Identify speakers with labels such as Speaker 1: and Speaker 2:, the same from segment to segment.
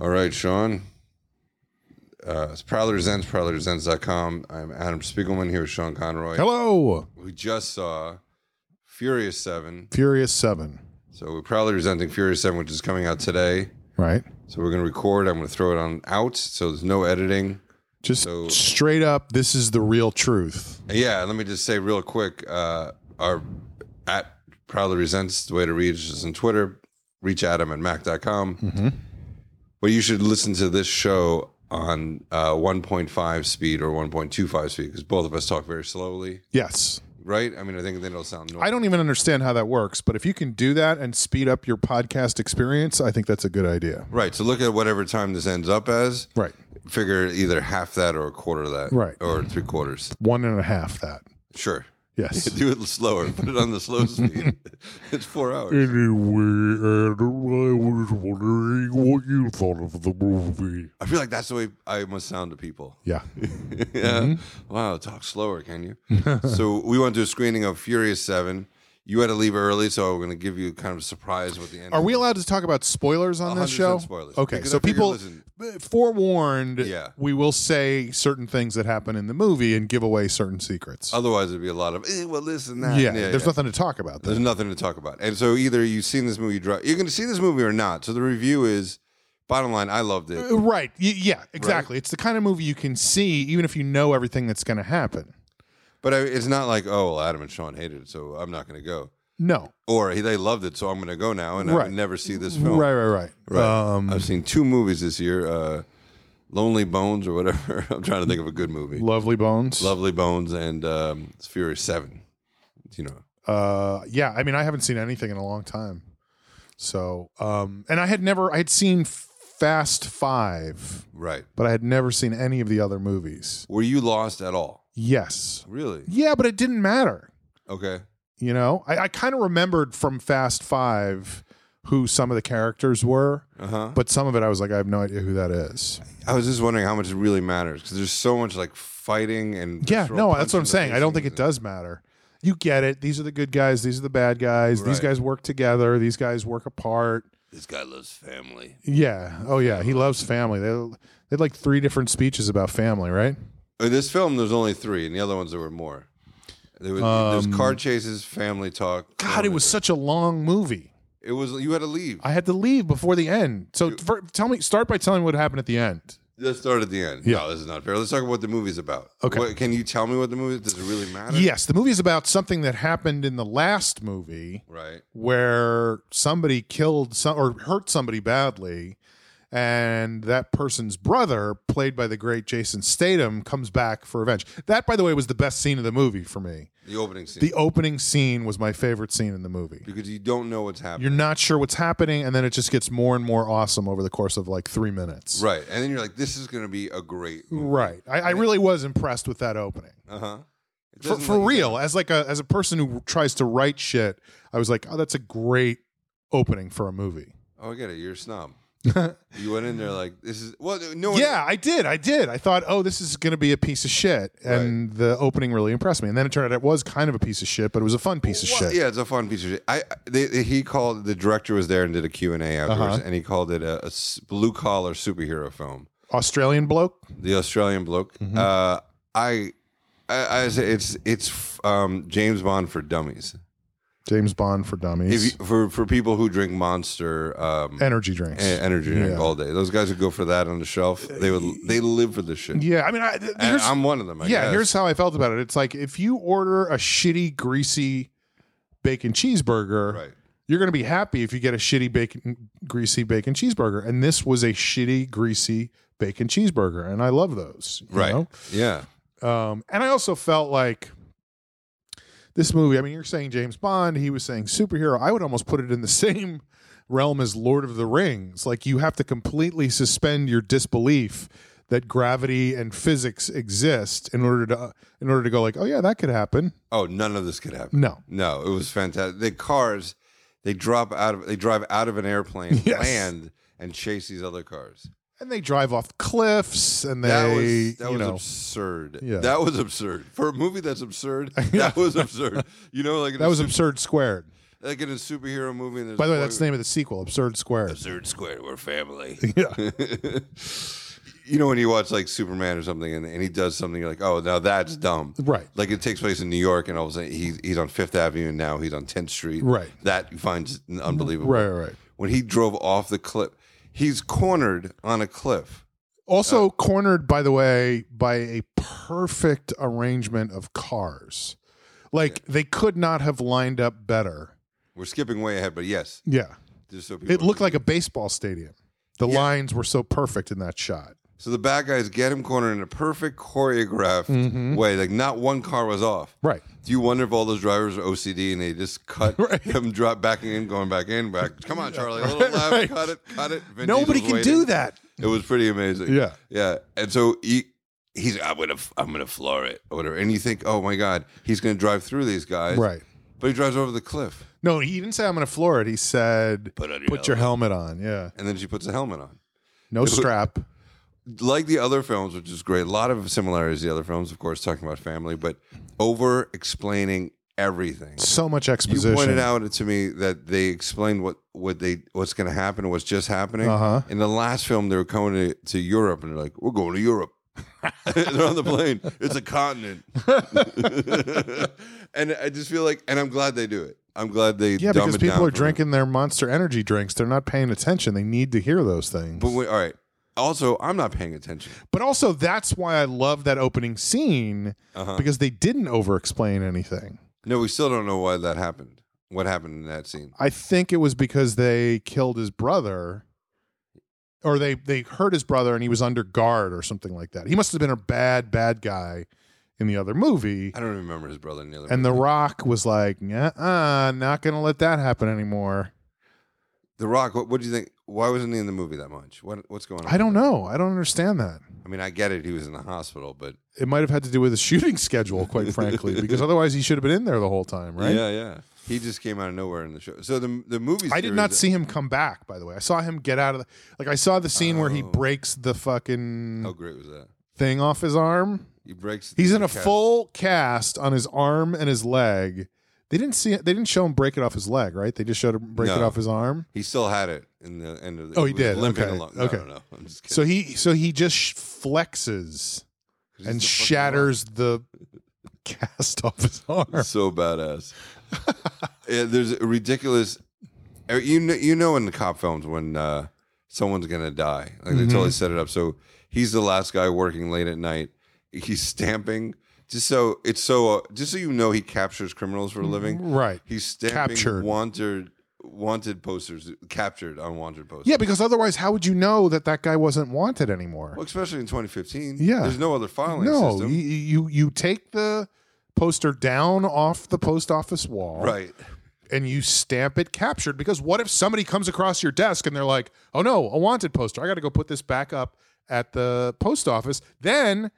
Speaker 1: All right, Sean. Uh, it's Prowler Zens, prowlerzenz.com. I'm Adam Spiegelman here with Sean Conroy.
Speaker 2: Hello,
Speaker 1: We just saw Furious 7.
Speaker 2: Furious Seven.
Speaker 1: So we're proudly resenting Furious 7, which is coming out today.
Speaker 2: Right,
Speaker 1: So we're going to record. I'm going to throw it on out. So there's no editing.
Speaker 2: just
Speaker 1: So-
Speaker 2: straight up, this is the real truth.
Speaker 1: And yeah, let me just say real quick uh, our at proudly resents the way to reach us on Twitter. Reach Adam at mac.com.
Speaker 2: Mm-hmm.
Speaker 1: But you should listen to this show on uh, 1.5 speed or 1.25 speed because both of us talk very slowly,
Speaker 2: Yes,
Speaker 1: right? I mean, I think then it'll sound normal.
Speaker 2: I don't even understand how that works, but if you can do that and speed up your podcast experience, I think that's a good idea.
Speaker 1: Right. So look at whatever time this ends up as.
Speaker 2: Right,
Speaker 1: Figure either half that or a quarter of that.
Speaker 2: Right.
Speaker 1: Or three quarters.
Speaker 2: one and a half that.
Speaker 1: Sure.
Speaker 2: Yes.
Speaker 1: Do it slower. Put it on the slow speed. it's four hours.
Speaker 3: Anyway, Adam, I was wondering what you thought of the movie.
Speaker 1: I feel like that's the way I must sound to people.
Speaker 2: Yeah.
Speaker 1: yeah.
Speaker 2: Mm-hmm.
Speaker 1: Wow. Talk slower, can you? so we went to a screening of Furious 7. You had to leave early, so we're going to give you kind of a surprise with the end.
Speaker 2: Are we allowed to talk about spoilers on this
Speaker 1: 100%
Speaker 2: show?
Speaker 1: spoilers.
Speaker 2: Okay,
Speaker 1: Because
Speaker 2: so
Speaker 1: I figure,
Speaker 2: people
Speaker 1: listen-
Speaker 2: forewarned.
Speaker 1: Yeah.
Speaker 2: we will say certain things that happen in the movie and give away certain secrets.
Speaker 1: Otherwise, it'd be a lot of, eh, well, this and
Speaker 2: yeah,
Speaker 1: that.
Speaker 2: there's nothing to talk about.
Speaker 1: There's
Speaker 2: Then.
Speaker 1: nothing to talk about. And so either you've seen this movie, dri- you're going to see this movie or not. So the review is, bottom line, I loved it.
Speaker 2: Uh, Right? y- Yeah, exactly. It's the kind of movie you can see even if you know everything that's going to happen.
Speaker 1: But I, it's not like, oh, well, Adam and Sean hated it, so I'm not going to go.
Speaker 2: No,
Speaker 1: Or "Hey, they loved it, so I'm going to go now, and I
Speaker 2: Right.
Speaker 1: would never see this film.
Speaker 2: right, Um, right, Uh, right.
Speaker 1: Right. I've seen two movies this year uh, Lonely Bones or whatever. I'm trying to think of a good movie.
Speaker 2: Lovely Bones.
Speaker 1: Lovely Bones and um, it's Furious 7. You know,
Speaker 2: uh yeah i mean i haven't seen anything in a long time so um and i had never i had seen fast five
Speaker 1: right.
Speaker 2: but i had never seen any of the other movies
Speaker 1: Were you lost at all?
Speaker 2: yes
Speaker 1: Really?
Speaker 2: yeah but it didn't matter
Speaker 1: Okay.
Speaker 2: you know i, I kind of remembered from fast five who some of the characters were
Speaker 1: Uh huh.
Speaker 2: but some of it i was like i have no idea who that is
Speaker 1: I was just wondering how much it really matters because there's so much like fighting and.
Speaker 2: yeah
Speaker 1: visceral
Speaker 2: no
Speaker 1: punch
Speaker 2: that's what
Speaker 1: in
Speaker 2: i'm
Speaker 1: the
Speaker 2: saying i don't think
Speaker 1: faces
Speaker 2: it does matter you get it these are the good guys these are the bad guys these
Speaker 1: Right.
Speaker 2: guys work together these guys work apart
Speaker 1: and- This guy loves family.
Speaker 2: Yeah. Oh yeah. He loves family. They they had like three different speeches about family, right?
Speaker 1: In Uh, this film, there's only three, and the other ones there were more. There was, there was car chases, family talk.
Speaker 2: Um, God, it was
Speaker 1: filmmaker.
Speaker 2: such a long movie.
Speaker 1: It was you had to leave.
Speaker 2: I had to leave before the end. So fir- tell me, start by telling me what happened at the end.
Speaker 1: Let's start at the end. No, this is not fair. Let's talk about what the movie's about.
Speaker 2: Okay.
Speaker 1: What, can you tell me what the movie? Does it really matter?
Speaker 2: Yes, the movie is about something that happened in the last movie
Speaker 1: Right.
Speaker 2: where somebody killed some or hurt somebody badly, and that person's brother, played by the great Jason Statham, comes back for revenge. That, by the way, was the best scene of the movie for me.
Speaker 1: The opening scene.
Speaker 2: The opening scene was my favorite scene in the movie.
Speaker 1: because you don't know what's happening.
Speaker 2: you're not sure what's happening and then it just gets more and more awesome over the course of like three minutes
Speaker 1: right, and then you're like, this is going to be a great. movie.
Speaker 2: right i, I really was impressed with that opening
Speaker 1: Uh huh. It
Speaker 2: for,
Speaker 1: doesn't
Speaker 2: for
Speaker 1: let you
Speaker 2: real as like a as a person who tries to write shit i was like oh that's a great opening for a movie
Speaker 1: down. Oh, I get it. You're a snob. you went in there like this is well no one-
Speaker 2: yeah i did i did i thought oh this is going to be a piece of shit and the opening really impressed me and then it turned out it was kind of a piece of shit but it was a fun piece of
Speaker 1: Well,
Speaker 2: shit
Speaker 1: Yeah, it's a fun piece of shit. I they, they- he called the director was there and did a Q and A afterwards,
Speaker 2: Uh-huh.
Speaker 1: and he called it a, blue collar superhero film.
Speaker 2: australian bloke
Speaker 1: The Australian bloke.
Speaker 2: Mm-hmm.
Speaker 1: Uh, I, I I say it's it's um, James Bond for dummies.
Speaker 2: james bond for
Speaker 1: If
Speaker 2: dummies
Speaker 1: you, for for people who drink Monster um,
Speaker 2: energy drinks
Speaker 1: e- energy drink
Speaker 2: Yeah.
Speaker 1: all day, those guys would go for that on the shelf. They would they live for this shit.
Speaker 2: yeah i mean I, th-
Speaker 1: And
Speaker 2: here's-
Speaker 1: I'm one of them. I
Speaker 2: yeah,
Speaker 1: guess.
Speaker 2: here's how I felt about it. It's like if you order a shitty, greasy bacon cheeseburger,
Speaker 1: right.
Speaker 2: you're going to be happy if you get a shitty bacon, greasy bacon cheeseburger. And this was a shitty, greasy bacon cheeseburger, and I love those. you
Speaker 1: Right.
Speaker 2: know?
Speaker 1: Yeah.
Speaker 2: Um, and I also felt like this movie. I mean, you're saying James Bond, he was saying superhero. I would almost put it in the same realm as Lord of the Rings. Like you have to completely suspend your disbelief that gravity and physics exist in order to in order to go like, oh yeah, that could happen.
Speaker 1: Oh, none of this could happen.
Speaker 2: No.
Speaker 1: No, it was fantastic. The cars, they drop out of they drive out of an airplane,
Speaker 2: Yes.
Speaker 1: land, and chase these other cars.
Speaker 2: And they drive off cliffs, and they
Speaker 1: That was that
Speaker 2: you
Speaker 1: was
Speaker 2: know
Speaker 1: absurd.
Speaker 2: Yeah.
Speaker 1: That was absurd for a movie that's absurd. That was absurd. You know, like
Speaker 2: that was absurd squared.
Speaker 1: like in a superhero movie. And there's
Speaker 2: By the way,
Speaker 1: a boy
Speaker 2: that's the name of the sequel, Absurd Square.
Speaker 1: absurd square. We're family.
Speaker 2: Yeah.
Speaker 1: you know when you watch like Superman or something, and, and he does something, you're like, oh, now that's dumb.
Speaker 2: Right.
Speaker 1: Like it takes place in New York, and all of a sudden he's he's on Fifth Avenue, and now he's on Tenth Street.
Speaker 2: Right.
Speaker 1: That you find unbelievable.
Speaker 2: Right, right, right.
Speaker 1: When he drove off the cliff, he's cornered on a cliff.
Speaker 2: Also
Speaker 1: Uh,
Speaker 2: cornered, by the way, by a perfect arrangement of cars. Like they could not have lined up better.
Speaker 1: We're skipping way ahead, but yes,
Speaker 2: Yeah.
Speaker 1: just so people
Speaker 2: It looked like a baseball stadium. The lines were so perfect in that shot.
Speaker 1: So the bad guys get him cornered in a perfect choreographed
Speaker 2: Mm-hmm.
Speaker 1: way. Like not one car was off.
Speaker 2: Right.
Speaker 1: Do you wonder if all those drivers are OCD and they just cut
Speaker 2: Right.
Speaker 1: him drop backing in, going back in, back? Come on, Charlie, a little left,
Speaker 2: right.
Speaker 1: cut it, cut it. Vin
Speaker 2: Nobody can
Speaker 1: Diesel's
Speaker 2: do
Speaker 1: waiting.
Speaker 2: that.
Speaker 1: It was pretty amazing.
Speaker 2: Yeah.
Speaker 1: yeah. And so he, he's I'm gonna I'm gonna floor it or whatever. And you think, oh my god, he's gonna drive through these guys,
Speaker 2: Right.
Speaker 1: But he drives over the cliff.
Speaker 2: No, he didn't say I'm going to floor it. He said put,
Speaker 1: on
Speaker 2: your helmet on. Yeah.
Speaker 1: And then she puts a helmet on.
Speaker 2: No strap.
Speaker 1: like the other films, which is great. A lot of similarities to the other films, of course, talking about family, but over explaining everything.
Speaker 2: So much
Speaker 1: You
Speaker 2: exposition.
Speaker 1: pointed out to me that they explained what what they what's going to happen, what's just happening.
Speaker 2: Uh-huh.
Speaker 1: In the last film, they were coming to, to Europe, and they're like, "We're going to Europe." they're on the plane. It's a continent, and I just feel like, and I'm glad they do it. I'm glad they
Speaker 2: Yeah,
Speaker 1: dumb
Speaker 2: because
Speaker 1: it down
Speaker 2: people are
Speaker 1: for me.
Speaker 2: drinking their monster energy drinks. They're not paying attention. They need to hear those things.
Speaker 1: But wait, all right. Also, I'm not paying attention.
Speaker 2: But also, that's why I love that opening scene because they didn't over explain anything.
Speaker 1: Uh-huh. No, we still don't know why that happened. What happened in that scene?
Speaker 2: I think it was because they killed his brother or they, they hurt his brother and he was under guard or something like that. He must have been a bad, bad guy in the other movie.
Speaker 1: I don't remember his brother in the other.
Speaker 2: And
Speaker 1: movie.
Speaker 2: The Rock was like, uh, not going to let that happen anymore.
Speaker 1: The Rock. What, what do you think? Why wasn't he in the movie that much? What What's going on?
Speaker 2: I don't know. I don't understand that.
Speaker 1: I mean, I get it. He was in the hospital, but
Speaker 2: It might have had to do with the shooting schedule, quite frankly, because otherwise he should have been in there the whole time, right?
Speaker 1: yeah, yeah. He just came out of nowhere in the show. So the the movie.
Speaker 2: I did
Speaker 1: series-
Speaker 2: not see him come back. By the way, I saw him get out of the. Like I saw the scene where he
Speaker 1: Oh.
Speaker 2: breaks the fucking
Speaker 1: How great was that?
Speaker 2: thing off his arm.
Speaker 1: He breaks.
Speaker 2: He's in
Speaker 1: the
Speaker 2: a
Speaker 1: cast.
Speaker 2: full cast on his arm and his leg. They didn't see. They didn't show him break it off his leg, right? They just showed him break it
Speaker 1: No.
Speaker 2: off his arm.
Speaker 1: He still had it in the end of the.
Speaker 2: Oh, he
Speaker 1: was
Speaker 2: did?
Speaker 1: Limping
Speaker 2: Okay,
Speaker 1: along. No,
Speaker 2: okay.
Speaker 1: no, no. I'm just kidding.
Speaker 2: So he so he just sh- flexes
Speaker 1: He's the
Speaker 2: and
Speaker 1: fucking
Speaker 2: shatters the cast off his arm.
Speaker 1: Rock. So badass. yeah, there's a ridiculous. uh, You know, you know, in the cop films when uh, someone's gonna die, like they
Speaker 2: Mm-hmm.
Speaker 1: totally set it up. So he's the last guy working late at night. He's stamping just so it's so uh, just so you know he captures criminals for a living.
Speaker 2: Right.
Speaker 1: He's stamping
Speaker 2: Captured.
Speaker 1: wanted wanted posters, captured unwanted posters.
Speaker 2: Yeah, because otherwise, how would you know that that guy wasn't wanted anymore?
Speaker 1: Well, especially in 2015.
Speaker 2: Yeah.
Speaker 1: there's no other filing
Speaker 2: No, you,
Speaker 1: system.
Speaker 2: you you take the poster down off the post office wall,
Speaker 1: right.
Speaker 2: And you stamp it captured because what if somebody comes across your desk and they're like, "Oh no, a wanted poster! I got to go put this back up at the post office." Then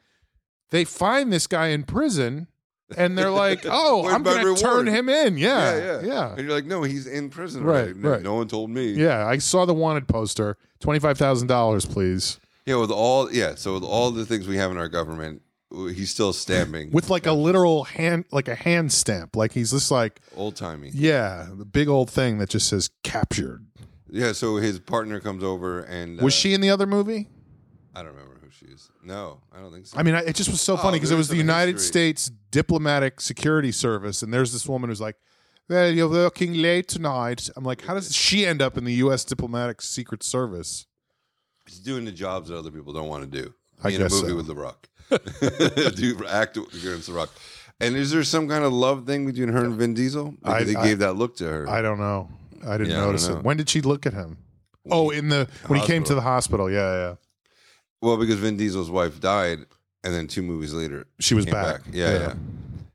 Speaker 2: they find this guy in prison, and they're like, "Oh,
Speaker 1: Where's
Speaker 2: I'm
Speaker 1: my
Speaker 2: going to turn
Speaker 1: reward?"
Speaker 2: him in." Yeah,
Speaker 1: yeah, yeah,
Speaker 2: yeah.
Speaker 1: And you're like, no, he's in prison.
Speaker 2: Right,
Speaker 1: already. No,
Speaker 2: right.
Speaker 1: No one told me.
Speaker 2: Yeah, I saw the wanted poster. Twenty five thousand dollars, please.
Speaker 1: Yeah, with all yeah, so with all the things we have in our government, w- he's still stamping
Speaker 2: With like a literal hand, like a hand stamp. Like he's just like,
Speaker 1: old timey.
Speaker 2: yeah, the big old thing that just says captured.
Speaker 1: Yeah, so his partner comes over and uh,
Speaker 2: Was she in the other movie?
Speaker 1: I don't remember who she is. No, I don't think so.
Speaker 2: I mean, I, it just was so funny because it
Speaker 1: there's
Speaker 2: was the
Speaker 1: some
Speaker 2: United
Speaker 1: history.
Speaker 2: States Diplomatic Security Service, and there's this woman who's like, "Well, you're working late tonight." I'm like, how does she end up in the U.S. Diplomatic Secret Service?
Speaker 1: He's doing the jobs that other people don't want to do.
Speaker 2: I
Speaker 1: in
Speaker 2: guess
Speaker 1: a movie
Speaker 2: so.
Speaker 1: with The Rock. do act against The Rock. And is there some kind of love thing between her and Vin Diesel? Like,
Speaker 2: I-
Speaker 1: they
Speaker 2: I-
Speaker 1: gave that look to her.
Speaker 2: I don't know. I didn't
Speaker 1: Yeah, I don't
Speaker 2: notice
Speaker 1: know.
Speaker 2: it. When did she look at him? Oh, in the when he came to the hospital. Yeah, yeah.
Speaker 1: well, because Vin Diesel's wife died, and then two movies later
Speaker 2: She was
Speaker 1: came
Speaker 2: back.
Speaker 1: Yeah, yeah,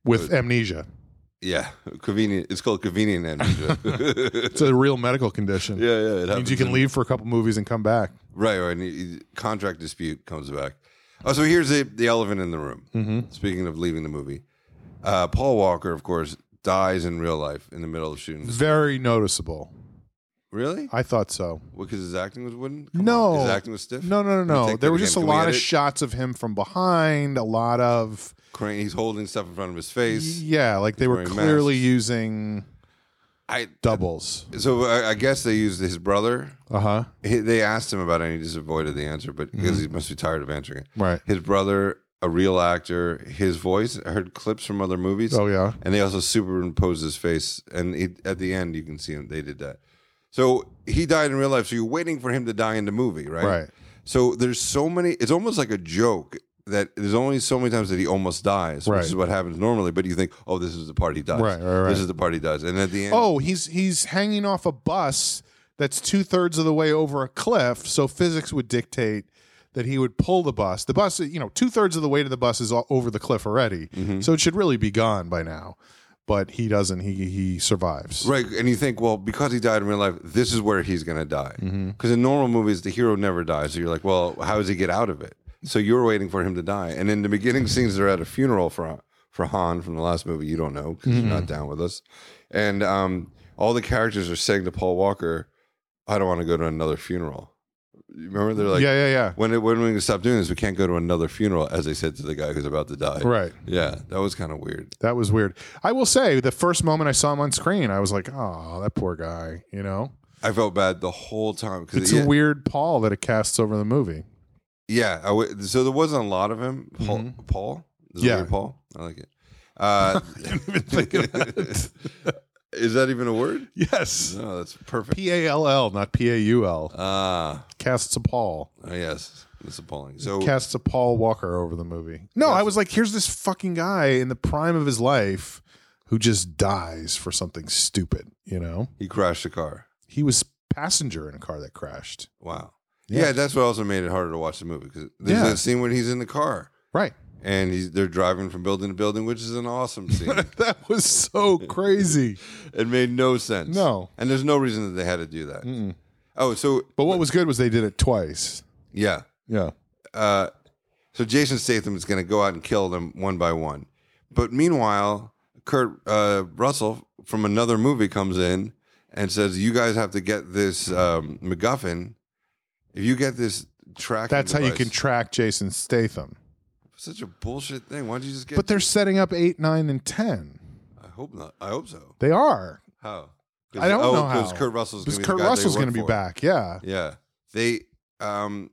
Speaker 2: with amnesia.
Speaker 1: yeah, Convenient. It's called convenient amnesia.
Speaker 2: It's a real medical condition.
Speaker 1: yeah, yeah. It
Speaker 2: It means
Speaker 1: happens
Speaker 2: you
Speaker 1: in-
Speaker 2: can leave for a couple movies and come back.
Speaker 1: Right, right. And he- contract dispute comes back. Oh, so here's the, the elephant in the room. Mm-hmm. Speaking of leaving the movie, uh, Paul Walker, of course, dies in real life in the middle of shooting.
Speaker 2: Very noticeable.
Speaker 1: Really?
Speaker 2: I thought so.
Speaker 1: Because his acting was wooden? Come
Speaker 2: No,
Speaker 1: on, His acting was stiff?
Speaker 2: No, no,
Speaker 1: Let
Speaker 2: no,
Speaker 1: me
Speaker 2: no.
Speaker 1: take
Speaker 2: There
Speaker 1: that
Speaker 2: were
Speaker 1: again.
Speaker 2: just a
Speaker 1: Can we
Speaker 2: lot of
Speaker 1: edit?
Speaker 2: shots of him from behind. A lot of
Speaker 1: Crane, he's holding stuff in front of his face.
Speaker 2: yeah, like they were
Speaker 1: Wearing
Speaker 2: clearly
Speaker 1: masks.
Speaker 2: using
Speaker 1: I
Speaker 2: doubles.
Speaker 1: so uh, I, I guess they used his brother.
Speaker 2: Uh huh.
Speaker 1: He, they asked him about it, and he just avoided the answer, but because he must be tired of answering it.
Speaker 2: Mm-hmm. Right.
Speaker 1: His brother, a real actor, his voice. I heard clips from other movies.
Speaker 2: Oh yeah.
Speaker 1: and they also superimposed his face. And it, at the end, you can see him. They did that. So he died in real life. So you're waiting for him to die in the movie, right?
Speaker 2: Right.
Speaker 1: So there's so many. It's almost like a joke that there's only so many times that he almost dies,
Speaker 2: Right.
Speaker 1: which is what happens normally. But you think, oh, this is the part he dies.
Speaker 2: Right, right, right.
Speaker 1: This is the part he dies. And at the end,
Speaker 2: Oh, he's he's hanging off a bus that's two thirds of the way over a cliff. So physics would dictate that he would pull the bus. The bus, you know, two thirds of the way to the bus is all over the cliff already.
Speaker 1: Mm-hmm.
Speaker 2: So it should really be gone by now. But he doesn't. He he survives.
Speaker 1: Right, and you think, well, because he died in real life, this is where he's going to die. Because
Speaker 2: Mm-hmm.
Speaker 1: in normal movies, the hero never dies. So you're like, well, how does he get out of it? So you're waiting for him to die. And in the beginning scenes, they're at a funeral for for Han from the last movie. You don't know because you're
Speaker 2: Mm-hmm.
Speaker 1: not down with us. And um, all the characters are saying to Paul Walker, "I don't want to go to another funeral." You Remember, they're like,
Speaker 2: yeah, yeah, yeah.
Speaker 1: "When when are we going to stop doing this? We can't go to another funeral," as they said to the guy who's about to die.
Speaker 2: Right.
Speaker 1: Yeah, that was kind of weird.
Speaker 2: That was weird. I will say, the first moment I saw him on screen, I was like, "Oh, that poor guy." You know,
Speaker 1: I felt bad the whole time because
Speaker 2: it's a weird Paul that it casts over the movie.
Speaker 1: Yeah, I w- so there wasn't a lot of him. Paul, Paul? Is it
Speaker 2: Mm-hmm. Yeah.
Speaker 1: really Paul. I like it. Uh, Is that even a word?
Speaker 2: Yes,
Speaker 1: No, that's perfect.
Speaker 2: P A L L, not P A U L.
Speaker 1: Ah, oh,
Speaker 2: Casts a Paul.
Speaker 1: yes, that's appalling. So
Speaker 2: casts a Paul Walker over the movie. No, I was like, here's this fucking guy in the prime of his life who just dies for something stupid. You know,
Speaker 1: he crashed the car.
Speaker 2: he was passenger in a car that crashed.
Speaker 1: Wow. Yeah.
Speaker 2: Yeah.
Speaker 1: that's what also made it harder to watch the movie because there's
Speaker 2: Yeah.
Speaker 1: that scene when he's in the car
Speaker 2: Right.
Speaker 1: and he's they're driving from building to building, which is an awesome scene.
Speaker 2: That was so crazy.
Speaker 1: it made no sense.
Speaker 2: No. Mm.
Speaker 1: and there's no reason that they had to do that. Oh, so
Speaker 2: But what was good was they did it twice.
Speaker 1: yeah,
Speaker 2: Yeah.
Speaker 1: uh, so Jason Statham is going to go out and kill them one by one. But meanwhile, Kurt uh, Russell from another movie comes in and says, "You guys have to get this um, MacGuffin. If you get this track,
Speaker 2: That's how you can track Jason Statham.
Speaker 1: Such a bullshit thing. Why don't you just get?
Speaker 2: But they're setting up eight, nine, and 10.
Speaker 1: I hope not. I hope so.
Speaker 2: They are.
Speaker 1: How?
Speaker 2: I don't
Speaker 1: oh,
Speaker 2: know
Speaker 1: Because
Speaker 2: how.
Speaker 1: Kurt Russell's
Speaker 2: Because
Speaker 1: going
Speaker 2: Kurt Russell's going to be back. Yeah.
Speaker 1: Yeah, they. Um,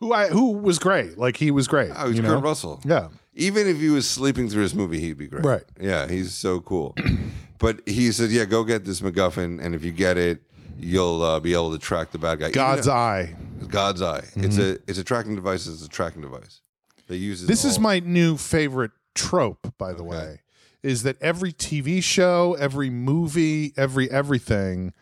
Speaker 2: Who I who was great. Like he was great.
Speaker 1: oh, he's
Speaker 2: you
Speaker 1: Kurt
Speaker 2: know?
Speaker 1: Russell.
Speaker 2: Yeah.
Speaker 1: Even if he was sleeping through this movie, he'd be great.
Speaker 2: Right.
Speaker 1: Yeah, he's so cool. but he said, "Yeah, go get this MacGuffin, and if you get it, you'll uh, be able to track the bad guy."
Speaker 2: God's eye. Mm-hmm.
Speaker 1: eye. God's eye. It's a it's a tracking device. It's a tracking device. They use it
Speaker 2: This is
Speaker 1: all-
Speaker 2: my new favorite trope, by the way, is that every TV show, every movie, every everything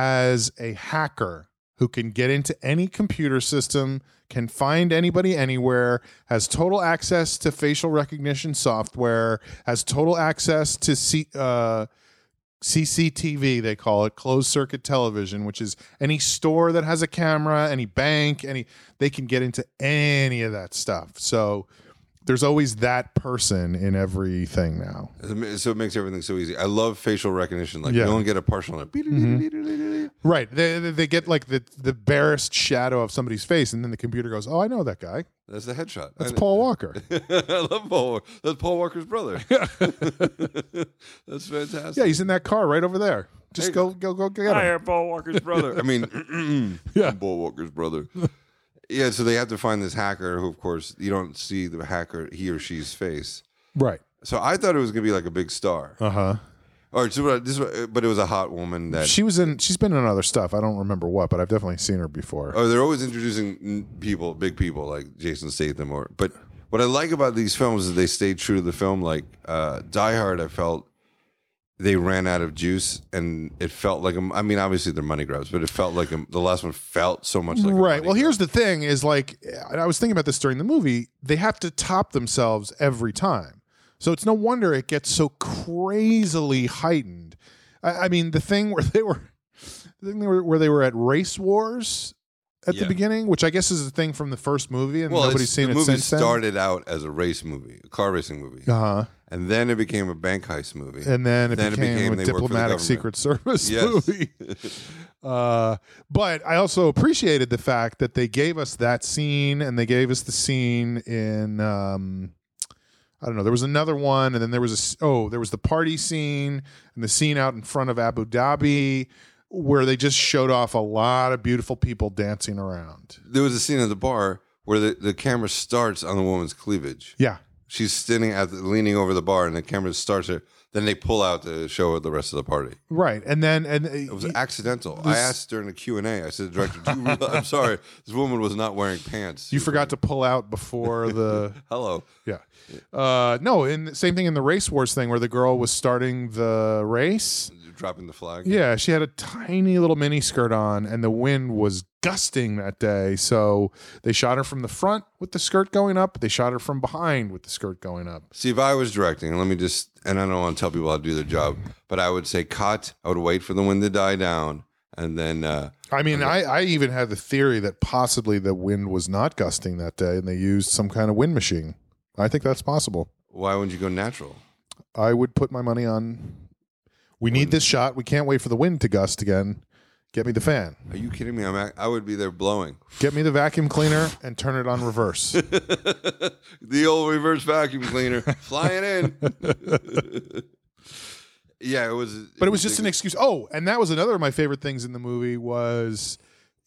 Speaker 2: has a hacker who can get into any computer system, can find anybody anywhere, has total access to facial recognition software, has total access to C, uh, CCTV, they call it closed circuit television, which is any store that has a camera, any bank, any they can get into any of that stuff. So there's always that person in everything now.
Speaker 1: So it makes everything so easy. I love facial recognition. Like
Speaker 2: Yeah. Mm-hmm.
Speaker 1: you don't get a partial on it.
Speaker 2: Right. They, they- they get like the, the barest shadow of somebody's face, and then the computer goes, Oh, I know that guy.
Speaker 1: That's the headshot.
Speaker 2: That's
Speaker 1: I-
Speaker 2: Paul Walker.
Speaker 1: I love Paul. Walker. That's Paul Walker's brother. That's fantastic.
Speaker 2: Yeah, he's in that car right over there. Just go, go, go, get him.
Speaker 1: Paul Walker's brother. I mean, Paul Walker's brother. Yeah, so they have to find this hacker who, of course, you don't see the hacker, he or she's face.
Speaker 2: Right.
Speaker 1: So I thought it was going to be like a big star.
Speaker 2: Uh huh.
Speaker 1: Or so what I- this, is what- but it was a hot woman that.
Speaker 2: She was in, she's been in other stuff. I don't remember what, but I've definitely seen her before.
Speaker 1: oh, they're always introducing n- people, big people like Jason Statham. Or but what I like about these films is they stay true to the film. Like uh, Die Hard, I felt they ran out of juice, and it felt like a, I mean, obviously they're money grabs, but it felt like a, the last one felt so much like a
Speaker 2: right.
Speaker 1: money
Speaker 2: Well, here's the thing: is like, and I was thinking about this during the movie. They have to top themselves every time, so it's no wonder it gets so crazily heightened. I, I mean, the thing where they were, the thing they were, where they were at race wars at
Speaker 1: Yeah.
Speaker 2: the beginning, which I guess is a thing from the first movie, and nobody's
Speaker 1: it's-
Speaker 2: seen
Speaker 1: the
Speaker 2: it
Speaker 1: movie
Speaker 2: since
Speaker 1: started out as a race movie, a car racing movie,
Speaker 2: then. Uh huh.
Speaker 1: and then it became a bank heist movie.
Speaker 2: and then it
Speaker 1: Then it
Speaker 2: became,
Speaker 1: became they
Speaker 2: a
Speaker 1: work for the
Speaker 2: diplomatic
Speaker 1: government.
Speaker 2: secret service
Speaker 1: Yes.
Speaker 2: movie. uh, but I also appreciated the fact that they gave us that scene and they gave us the scene in um, I don't know. There was another one, and then there was a s- oh, there was the party scene and the scene out in front of Abu Dhabi where they just showed off a lot of beautiful people dancing around.
Speaker 1: There was a scene at the bar where the, the camera starts on the woman's cleavage.
Speaker 2: Yeah,
Speaker 1: She's standing at the, leaning over the bar, and the camera starts her. Then they pull out to show the rest of the party.
Speaker 2: right. And then and
Speaker 1: It was accidental. I asked during the Q and A. I said, "Director, do you realize, I'm sorry, this woman was not wearing pants."
Speaker 2: you forgot to pull out before the
Speaker 1: Hello.
Speaker 2: Yeah. Uh, no, and the same thing in the race wars thing where the girl was starting the race.
Speaker 1: Dropping the flag.
Speaker 2: Yeah, she had a tiny little mini skirt on, and the wind was gusting that day. So they shot her from the front with the skirt going up. They shot her from behind with the skirt going up.
Speaker 1: See, if I was directing, and let me just, and I don't want to tell people how to do their job, but I would say cut. I would wait for the wind to die down, and then uh,
Speaker 2: I mean, I, I even had the theory that possibly the wind was not gusting that day, and they used some kind of wind machine. I think that's possible.
Speaker 1: why wouldn't you go natural?
Speaker 2: I would put my money on. We need this shot. We can't wait for the wind to gust again. Get me the fan.
Speaker 1: Are you kidding me? I'm act- I would be there blowing
Speaker 2: Get me the vacuum cleaner and turn it on reverse.
Speaker 1: the old reverse vacuum cleaner flying in. yeah, it was.
Speaker 2: But it was just an excuse. Oh, and that was another of my favorite things in the movie was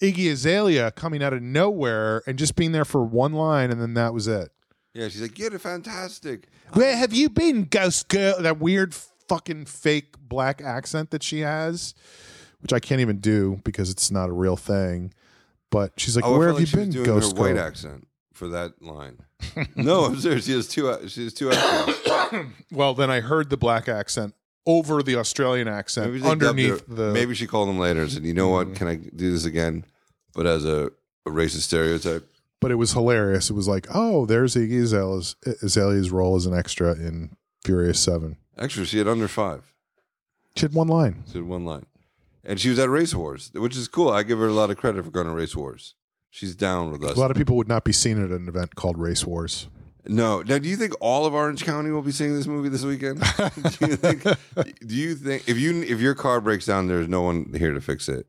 Speaker 2: Iggy Azalea coming out of nowhere and just being there for one line, and then that was it.
Speaker 1: yeah. She's like, "You're fantastic."
Speaker 2: Where have you been, Ghost Girl? That weird fucking fake black accent that she has, which I can't even do because it's not a real thing. But she's like,
Speaker 1: Oh, I
Speaker 2: "Where
Speaker 1: felt like
Speaker 2: have you
Speaker 1: she was
Speaker 2: been,
Speaker 1: doing
Speaker 2: Ghost
Speaker 1: her white
Speaker 2: Girl?"
Speaker 1: accent for that line. no, I'm serious. She has two. She has two accents.
Speaker 2: Well, then I heard the black accent over the Australian accent
Speaker 1: Maybe they dubbed
Speaker 2: underneath
Speaker 1: her-
Speaker 2: the. Mm-hmm.
Speaker 1: Maybe she called him later and said, "You know what? Can I do this again?" But as a, a racist stereotype.
Speaker 2: but it was hilarious. It was like, oh, there's Iggy Azalea's, Azalea's role as an extra in Furious Seven.
Speaker 1: Actually, she had under five.
Speaker 2: She had one line.
Speaker 1: She had one line, and she was at Race Wars, which is cool. I give her a lot of credit for going to Race Wars. She's down with us.
Speaker 2: A lot of people would not be seen at an event called Race Wars.
Speaker 1: No. Now, do you think all of Orange County will be seeing this movie this weekend? do, you think, do you think if you if your car breaks down, there's no one here to fix it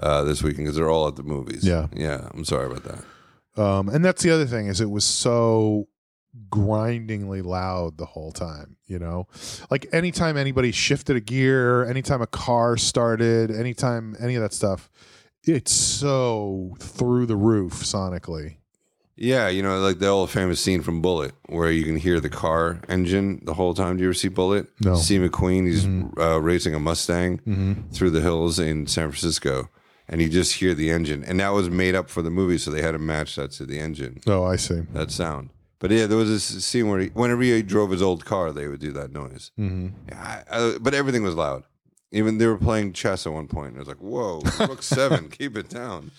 Speaker 1: uh, this weekend because they're all at the movies?
Speaker 2: Yeah.
Speaker 1: yeah. I'm sorry about that.
Speaker 2: Um, and that's the other thing is it was so grindingly loud the whole time. You know, like anytime anybody shifted a gear, anytime a car started, anytime any of that stuff, it's so through the roof sonically.
Speaker 1: Yeah, you know, like the old famous scene from Bullet where you can hear the car engine the whole time. Do you ever see Bullet?
Speaker 2: No. Mm-hmm.
Speaker 1: See McQueen, he's uh, racing a Mustang through the hills in San Francisco, and you just hear the engine. And that was made up for the movie, so they had to match that to the engine,
Speaker 2: Oh, I see.
Speaker 1: that sound. But yeah, there was this scene where he, whenever he drove his old car, they would do that noise.
Speaker 2: Mm-hmm.
Speaker 1: Yeah, I, I, but everything was loud. Even they were playing chess at one point, and it was like, whoa, Rook 7, keep it down.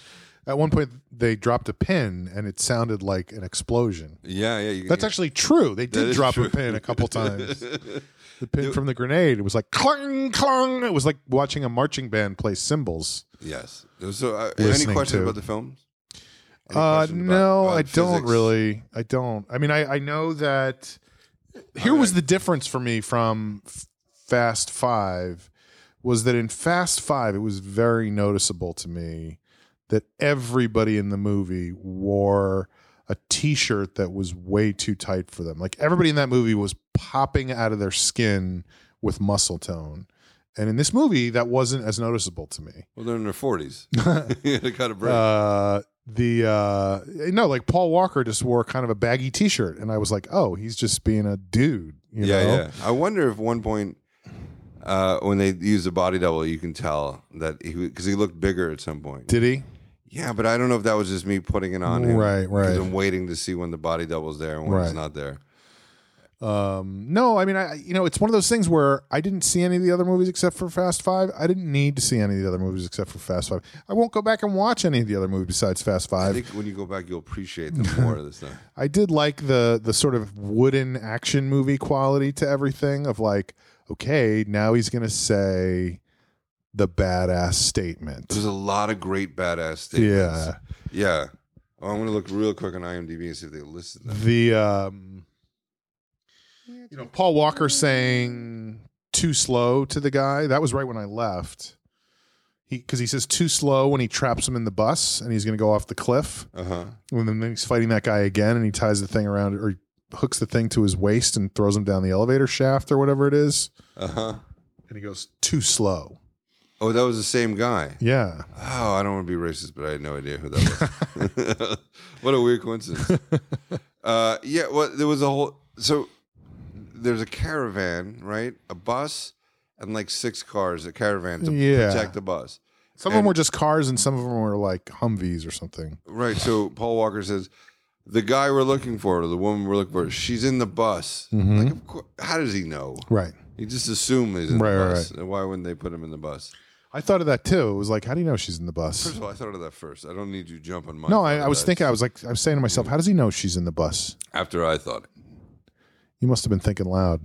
Speaker 2: At one point, they dropped a pin, and it sounded like an explosion.
Speaker 1: Yeah, yeah. You can
Speaker 2: That's actually true. They
Speaker 1: That
Speaker 2: did
Speaker 1: is
Speaker 2: drop
Speaker 1: true.
Speaker 2: a pin a couple times. The pin from the grenade. It was like clang, clang. It was like watching a marching band play cymbals.
Speaker 1: Yes. So, uh, any
Speaker 2: Listening
Speaker 1: questions
Speaker 2: to-
Speaker 1: about the film? Any
Speaker 2: Uh,
Speaker 1: questions about-
Speaker 2: no,
Speaker 1: about
Speaker 2: I don't
Speaker 1: physics?
Speaker 2: really. I don't. I mean, I, I know that. Here was the difference for me from F- Fast Five, was that in Fast Five it was very noticeable to me that everybody in the movie wore a T-shirt that was way too tight for them. Like everybody in that movie was popping out of their skin with muscle tone, and in this movie that wasn't as noticeable to me.
Speaker 1: Well, they're in their forties. you had to cut a break.
Speaker 2: Uh, the uh no like paul walker just wore kind of a baggy t-shirt and i was like oh he's just being a dude you
Speaker 1: yeah,
Speaker 2: know
Speaker 1: yeah. I wonder if one point uh, when they use the body double, you can tell that he because he looked bigger at some point.
Speaker 2: did he
Speaker 1: yeah, but I don't know if that was just me putting it on him.
Speaker 2: Right, right.
Speaker 1: 'Cause I'm waiting to see when the body double's there and when
Speaker 2: Right.
Speaker 1: it's not there.
Speaker 2: um no i mean i you know it's one of those things where i didn't see any of the other movies except for fast five i didn't need to see any of the other movies except for fast five i won't go back and watch any of the other movies besides fast
Speaker 1: I
Speaker 2: five
Speaker 1: think when you go back, you'll appreciate them more this time.
Speaker 2: I did like the the sort of wooden action movie quality to everything of like, okay, now he's gonna say the badass statement.
Speaker 1: There's a lot of great badass
Speaker 2: Yeah.
Speaker 1: statements. Yeah, yeah. Oh, I'm gonna look real quick on IMDb and see if they listed them.
Speaker 2: The um you know, Paul Walker saying too slow to the guy. That was right when I left. He because he says too slow when he traps him in the bus and he's gonna go off the cliff.
Speaker 1: Uh huh.
Speaker 2: And then he's fighting that guy again and he ties the thing around or hooks the thing to his waist and throws him down the elevator shaft or whatever it is.
Speaker 1: Uh huh.
Speaker 2: And he goes, too slow.
Speaker 1: Oh, that was the same guy.
Speaker 2: Yeah.
Speaker 1: Oh, I don't want to be racist, but I had no idea who that was. what a weird coincidence. uh, yeah, well, there was a whole. So there's a caravan, right? A bus and like six cars, a caravan to
Speaker 2: Yeah.
Speaker 1: protect the bus.
Speaker 2: Some of them
Speaker 1: And-
Speaker 2: were just cars and some of them were like Humvees or something.
Speaker 1: Right. So Paul Walker says, the guy we're looking for, or the woman we're looking for, she's in the bus.
Speaker 2: Mm-hmm.
Speaker 1: Like, of course, how does he know?
Speaker 2: Right.
Speaker 1: You just assume he's in
Speaker 2: Right,
Speaker 1: the
Speaker 2: right,
Speaker 1: bus. Why wouldn't they put him in the bus?
Speaker 2: I thought of that too. It was like, how do you know she's in the
Speaker 1: First
Speaker 2: bus?
Speaker 1: of all, I thought of that first. I don't need you jumping my.
Speaker 2: No, I,
Speaker 1: thought
Speaker 2: I
Speaker 1: of
Speaker 2: was
Speaker 1: that
Speaker 2: thinking, I was like, I was saying to myself, how does he know she's in the bus?
Speaker 1: after I thought it.
Speaker 2: You must have been thinking loud.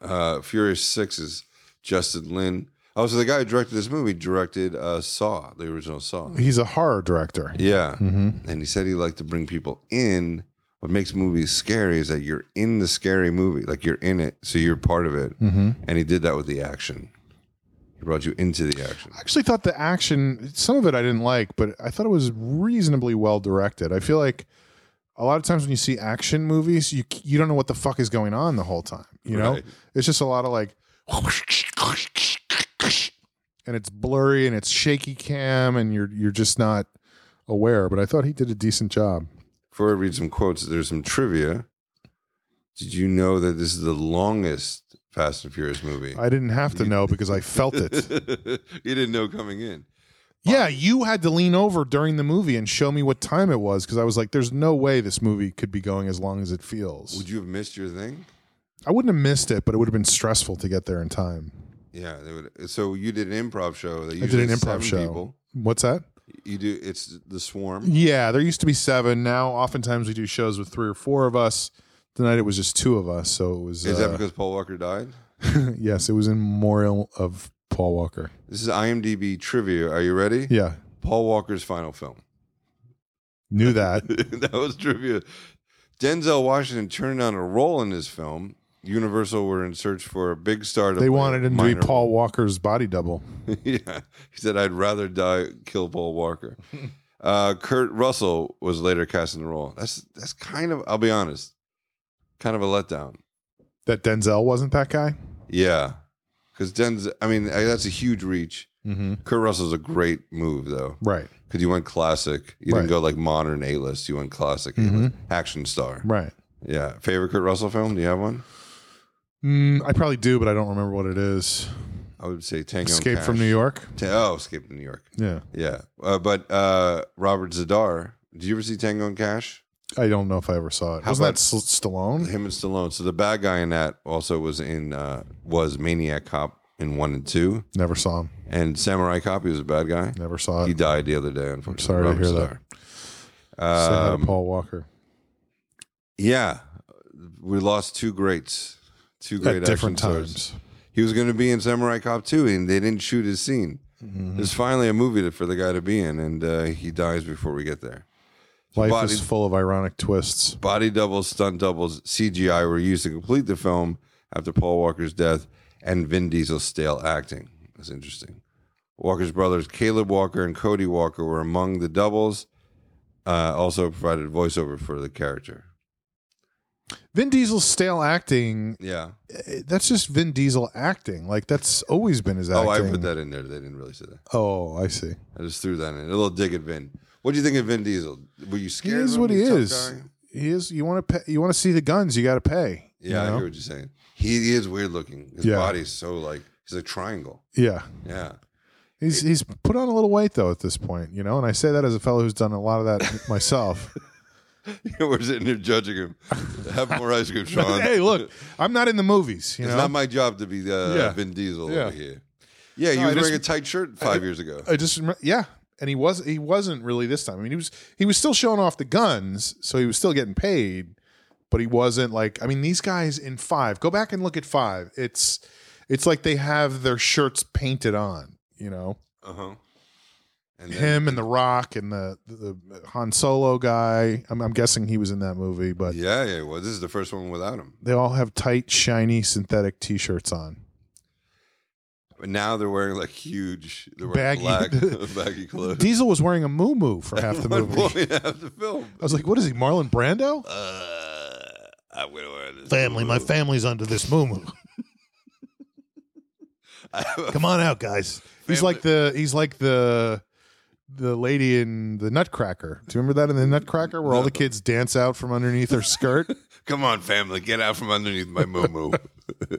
Speaker 1: uh, Furious Six is Justin Lin. Oh, so the guy who directed this movie directed uh, Saw, the original Saw.
Speaker 2: He's a horror director.
Speaker 1: Yeah,
Speaker 2: Mm-hmm.
Speaker 1: and he said he liked to bring people in. What makes movies scary is that you're in the scary movie, like you're in it, so you're part of it.
Speaker 2: Mm-hmm.
Speaker 1: And he did that with the action. He brought you into the action.
Speaker 2: I actually thought the action, some of it I didn't like, but I thought it was reasonably well directed. I feel like a lot of times when you see action movies, you you don't know what the fuck is going on the whole time. You know,
Speaker 1: Right.
Speaker 2: it's just a lot of like, and it's blurry and it's shaky cam, and you're you're just not aware. But I thought he did a decent job.
Speaker 1: Before I read some quotes, there's some trivia. Did you know that this is the longest Fast and Furious movie?
Speaker 2: I didn't have to know because I felt it.
Speaker 1: you didn't know coming in.
Speaker 2: Yeah, you had to lean over during the movie and show me what time it was because I was like, "There's no way this movie could be going as long as it feels."
Speaker 1: Would you have missed your thing?
Speaker 2: I wouldn't have missed it, but it would have been stressful to get there in time.
Speaker 1: Yeah, they would. So you did an improv show that you
Speaker 2: I did an improv
Speaker 1: seven
Speaker 2: show.
Speaker 1: People.
Speaker 2: What's that?
Speaker 1: You do it's the swarm.
Speaker 2: Yeah, there used to be seven. Now, oftentimes we do shows with three or four of us. Tonight it was just two of us, so it was.
Speaker 1: Is that
Speaker 2: Uh,
Speaker 1: because Paul Walker died?
Speaker 2: yes, it was in memorial of Paul Walker.
Speaker 1: This is IMDb trivia. Are you ready?
Speaker 2: Yeah,
Speaker 1: Paul Walker's final film.
Speaker 2: knew that.
Speaker 1: that was trivia. Denzel Washington turned on a role in this film. Universal were in search for a big star. To
Speaker 2: they
Speaker 1: play a
Speaker 2: wanted him to be
Speaker 1: minor
Speaker 2: Paul Walker's body double.
Speaker 1: yeah. He said, I'd rather die kill Paul Walker. Uh, Kurt Russell was later cast in the role. That's that's kind of I'll be honest, kind of a letdown.
Speaker 2: That Denzel wasn't that guy.
Speaker 1: Yeah, because Denz. I mean, I- that's a huge reach.
Speaker 2: Mm-hmm.
Speaker 1: Kurt Russell's a great move though,
Speaker 2: Right,
Speaker 1: because you went classic. You
Speaker 2: Right. Mm-hmm.
Speaker 1: didn't go like modern A list. You went classic A-list. action star.
Speaker 2: right.
Speaker 1: Yeah. Favorite Kurt Russell film? Do you have one?
Speaker 2: Mm, I probably do, but I don't remember what it is.
Speaker 1: I would say Tango. and
Speaker 2: Escape
Speaker 1: Cash.
Speaker 2: from New York.
Speaker 1: Ta- oh, Escape from New York.
Speaker 2: Yeah,
Speaker 1: Yeah, uh, but uh, Robert Zadar. Did you ever see Tango and Cash?
Speaker 2: I don't know if I ever saw it.
Speaker 1: How
Speaker 2: Wasn't that
Speaker 1: about-
Speaker 2: S- Stallone?
Speaker 1: Him and Stallone. So the bad guy in that also was in uh, was Maniac Cop in one and two,
Speaker 2: Never saw him.
Speaker 1: and Samurai Cop. He was a bad guy.
Speaker 2: Never saw it.
Speaker 1: He died the other day. Unfortunately,
Speaker 2: sorry to hear that. Say hi to
Speaker 1: Um,
Speaker 2: Paul Walker.
Speaker 1: yeah, we lost two greats, two great
Speaker 2: At different
Speaker 1: action stars.
Speaker 2: times.
Speaker 1: He was going to be in Samurai Cop 2, and they didn't shoot his scene.
Speaker 2: Mm-hmm.
Speaker 1: There's finally a movie to, for the guy to be in, and uh, he dies before we get there.
Speaker 2: Life
Speaker 1: body-
Speaker 2: is full of ironic twists.
Speaker 1: Body doubles, stunt doubles, CGI were used to complete the film after Paul Walker's death, and Vin Diesel's stale acting. That's interesting. Walker's brothers Caleb Walker and Cody Walker were among the doubles. Uh, also provided voiceover for the character.
Speaker 2: Vin Diesel's stale acting,
Speaker 1: Yeah.
Speaker 2: eh, that's just Vin Diesel acting. Like, that's always been his acting.
Speaker 1: Oh, I put that in there. They didn't really say that.
Speaker 2: Oh, I see.
Speaker 1: I just threw that in. A little dig at Vin. What do you think of Vin Diesel? Were you
Speaker 2: He
Speaker 1: scared?
Speaker 2: is
Speaker 1: of him?
Speaker 2: what he
Speaker 1: He's a tough
Speaker 2: is.
Speaker 1: guy?
Speaker 2: He is. You want to pay, you want to see the guns, you got to pay. you
Speaker 1: Yeah, I
Speaker 2: know?
Speaker 1: hear what you're saying. He, he is weird looking. His
Speaker 2: Yeah.
Speaker 1: body's so like he's a triangle.
Speaker 2: yeah.
Speaker 1: Yeah.
Speaker 2: He's he's put on a little weight though at this point, you know. And I say that as a fellow who's done a lot of that myself.
Speaker 1: We're sitting there judging him. Have more ice cream, Sean.
Speaker 2: hey, look, I'm not in the movies. You
Speaker 1: it's
Speaker 2: know,
Speaker 1: not my job to be uh,
Speaker 2: Yeah.
Speaker 1: Vin Diesel
Speaker 2: Yeah.
Speaker 1: over here. Yeah, you
Speaker 2: No, I
Speaker 1: was
Speaker 2: just-
Speaker 1: wearing a tight shirt five years ago.
Speaker 2: I just remember, yeah, and he was he wasn't really this time. I mean, he was he was still showing off the guns, so he was still getting paid, but he wasn't like I mean, these guys in five. Go back and look at five. It's it's like they have their shirts painted on. You know,
Speaker 1: Uh huh. And then,
Speaker 2: him and the Rock and the the Han Solo guy. I'm, I'm guessing he was in that movie, but
Speaker 1: yeah, yeah. Well, this is the first one without him.
Speaker 2: they all have tight, shiny synthetic T-shirts on.
Speaker 1: But now they're wearing like huge, they're wearing
Speaker 2: Baggy-
Speaker 1: black baggy clothes.
Speaker 2: Diesel was wearing a moo for half the
Speaker 1: One
Speaker 2: movie.
Speaker 1: point half the film.
Speaker 2: I was like, what is he, Marlon Brando?
Speaker 1: Uh, I'm gonna wear this.
Speaker 4: Family, my family's under this moo Come on out, guys.
Speaker 2: He's like the he's like the the lady in the Nutcracker. Do you remember that in the Nutcracker where all the kids dance out from underneath her skirt?
Speaker 1: Come on, family, get out from underneath my moo moo.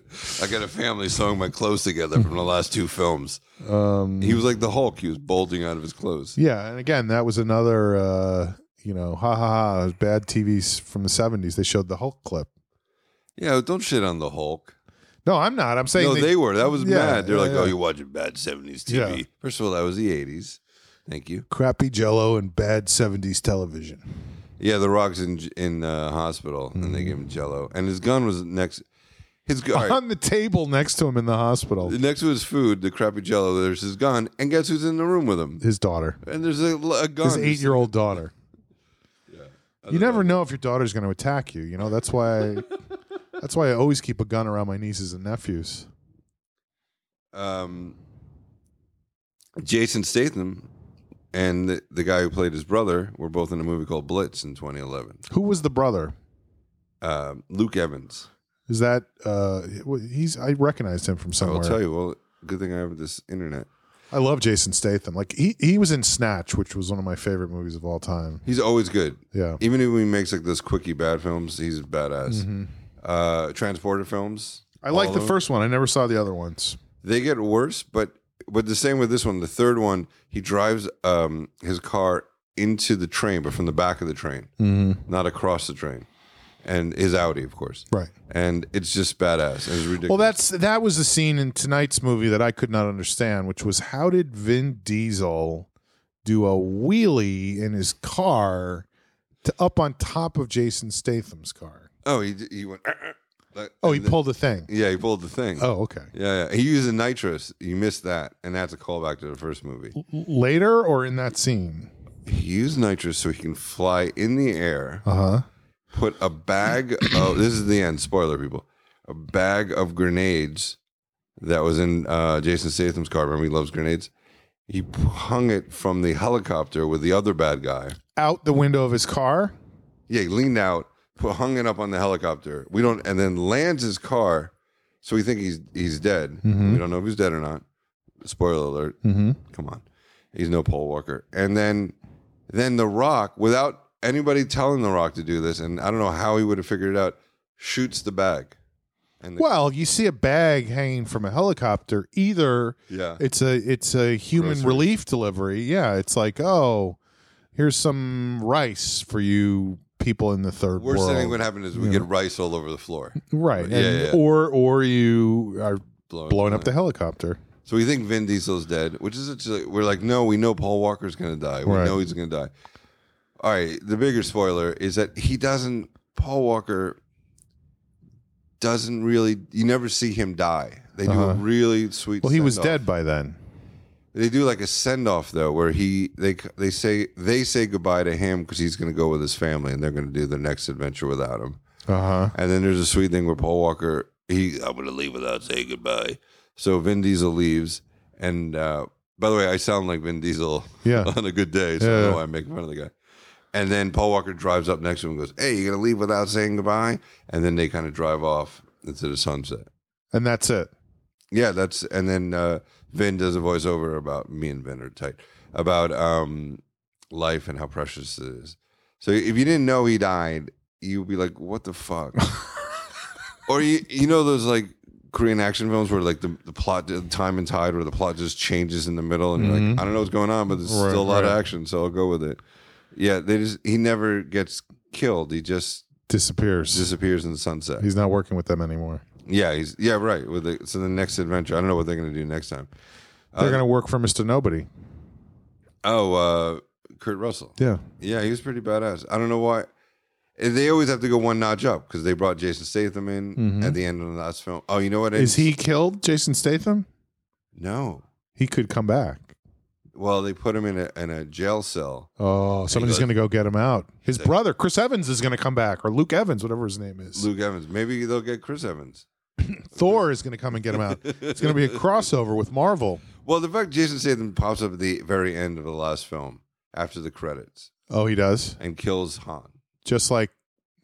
Speaker 1: I got a family sewing my clothes together from the last two films.
Speaker 2: Um,
Speaker 1: He was like the Hulk. He was bulging out of his clothes.
Speaker 2: yeah, and again, that was another uh, you know, ha ha ha, bad TVs from the '70s. They showed the Hulk clip.
Speaker 1: Yeah, don't shit on the Hulk.
Speaker 2: No, I'm not. I'm saying
Speaker 1: No,
Speaker 2: they-
Speaker 1: they were. That was
Speaker 2: Yeah,
Speaker 1: bad. They're
Speaker 2: yeah,
Speaker 1: like,
Speaker 2: yeah.
Speaker 1: oh, you're watching bad 70s TV.
Speaker 2: Yeah.
Speaker 1: First of all, that was the 80s. Thank you.
Speaker 2: crappy Jello and bad '70s television.
Speaker 1: Yeah, The Rock's in in uh, hospital, and
Speaker 2: Mm-hmm.
Speaker 1: they give him Jello, and his gun was next. His gun. all right. Uh,
Speaker 2: On the table next to him in the hospital,
Speaker 1: Next to his food, the crappy jello, there's his gun. And guess who's in the room with him?
Speaker 2: his daughter,
Speaker 1: And there's a, a gun.
Speaker 2: his eight-year-old daughter. You never know if your daughter's going to attack you. You know that's why. that's why I always keep a gun around my nieces and nephews.
Speaker 1: um, Jason Statham and the, the guy who played his brother were both in a movie called Blitz in 2011.
Speaker 2: Who was the brother?
Speaker 1: Uh, Luke Evans.
Speaker 2: Is that uh he's I recognized him from somewhere.
Speaker 1: I'll tell you. Well, good thing I have this internet.
Speaker 2: I love Jason Statham. Like he he was in Snatch, which was one of my favorite movies of all time.
Speaker 1: He's always good.
Speaker 2: Yeah.
Speaker 1: Even if he makes like those quickie bad films, he's badass. Uh, Transporter films.
Speaker 2: I like
Speaker 1: all
Speaker 2: the
Speaker 1: of them.
Speaker 2: first one. I never saw the other ones.
Speaker 1: They get worse, but but the same with this one. The third one, he drives um his car into the train, but from the back of the train, not across the train, and his Audi, of course.
Speaker 2: Right.
Speaker 1: And it's just badass. It's ridiculous.
Speaker 2: Well, that's that was a scene in tonight's movie that I could not understand, which was how did Vin Diesel do a wheelie in his car to up on top of Jason Statham's car?
Speaker 1: oh, he he went. "Uh, uh," like-
Speaker 2: Oh, he
Speaker 1: and then-
Speaker 2: pulled a thing.
Speaker 1: Yeah, he pulled the thing.
Speaker 2: Oh, okay.
Speaker 1: Yeah, yeah, he used a nitrous. You missed that, and that's a callback to the first movie.
Speaker 2: Later or in that scene?
Speaker 1: He used nitrous so he can fly in the air.
Speaker 2: Uh huh.
Speaker 1: put a bag of this is the end spoiler people a bag of grenades that was in uh, jason statham's car remember he loves grenades he p- hung it from the helicopter with the other bad guy
Speaker 2: Out the window of his car.
Speaker 1: yeah he leaned out put, hung it up on the helicopter we don't and then lands his car so we think he's he's dead we don't know if he's dead or not spoiler alert
Speaker 2: Mm-hmm.
Speaker 1: come on he's no pole walker and then then the rock without anybody telling the rock to do this and i don't know how he would have figured it out shoots the bag and the,
Speaker 2: Well, you see a bag hanging from a helicopter. Either
Speaker 1: yeah
Speaker 2: it's a it's a human
Speaker 1: Groceries.
Speaker 2: relief delivery. Yeah, it's like oh, here's some rice for you people in the third
Speaker 1: worst
Speaker 2: world.
Speaker 1: thing that would happen is we
Speaker 2: Yeah.
Speaker 1: get rice all over the floor
Speaker 2: right?
Speaker 1: Yeah,
Speaker 2: and-
Speaker 1: yeah.
Speaker 2: Or or you are
Speaker 1: blowing,
Speaker 2: blowing up the helicopter.
Speaker 1: so we think vin diesel's dead which is it's like, we're like no we know paul walker's gonna die we
Speaker 2: Right.
Speaker 1: know he's gonna die all right the bigger spoiler is that he doesn't paul walker doesn't really you never see him die they do a
Speaker 2: Uh-huh.
Speaker 1: really sweet
Speaker 2: Well, he was
Speaker 1: send-off.
Speaker 2: dead by then.
Speaker 1: They do like a send off though, where he they they say they say goodbye to him because he's going to go with his family and they're going to do their next adventure without him.
Speaker 2: Uh huh.
Speaker 1: And then there's a sweet thing where Paul Walker he I'm going to leave without saying goodbye. So Vin Diesel leaves, and uh, by the way, I sound like Vin Diesel
Speaker 2: Yeah.
Speaker 1: on a good day, so I
Speaker 2: Yeah.
Speaker 1: don't know why I'm making fun of the guy. And then Paul Walker drives up next to him and goes, "Hey, you going to leave without saying goodbye?" And then they kind of drive off into the sunset.
Speaker 2: And that's it.
Speaker 1: Yeah, that's and then uh, Vin does a voiceover about me and Vin are tight about um, life and how precious it is. So if you didn't know he died, you'd be like, "What the fuck?" or you you know those like Korean action films where like the, the plot time and tide where the plot just changes in the middle and you're like, "I don't know what's going on, but there's
Speaker 2: Mm-hmm. Right,
Speaker 1: still a lot of
Speaker 2: right.
Speaker 1: action, so I'll go with it." Yeah, they just he never gets killed. He just
Speaker 2: Disappears.
Speaker 1: disappears in the sunset.
Speaker 2: He's not working with them anymore.
Speaker 1: Yeah, he's yeah right. With the, so the next adventure, I don't know what they're gonna do next time. Uh,
Speaker 2: They're going to work for Mister Nobody.
Speaker 1: Oh, uh, Kurt Russell.
Speaker 2: Yeah.
Speaker 1: Yeah, he was pretty badass. I don't know why. And They always have to go one notch up because they brought Jason Statham in at the end of the last film. Oh, you know what?
Speaker 2: Mm-hmm. Is he killed, Jason Statham?
Speaker 1: No.
Speaker 2: He could come back.
Speaker 1: Well, they put him in a in a jail cell.
Speaker 2: Oh, somebody's
Speaker 1: goes-
Speaker 2: going to go get him out. His
Speaker 1: Sick.
Speaker 2: brother, Chris Evans, is going to come back, or Luke Evans, whatever his name is.
Speaker 1: Luke Evans. Maybe they'll get Chris Evans.
Speaker 2: Thor is going to come and get him out. It's going to be a crossover with Marvel.
Speaker 1: Well, the fact Jason Statham pops up at the very end of the last film after the credits
Speaker 2: Oh, he does,
Speaker 1: and kills Han.
Speaker 2: just like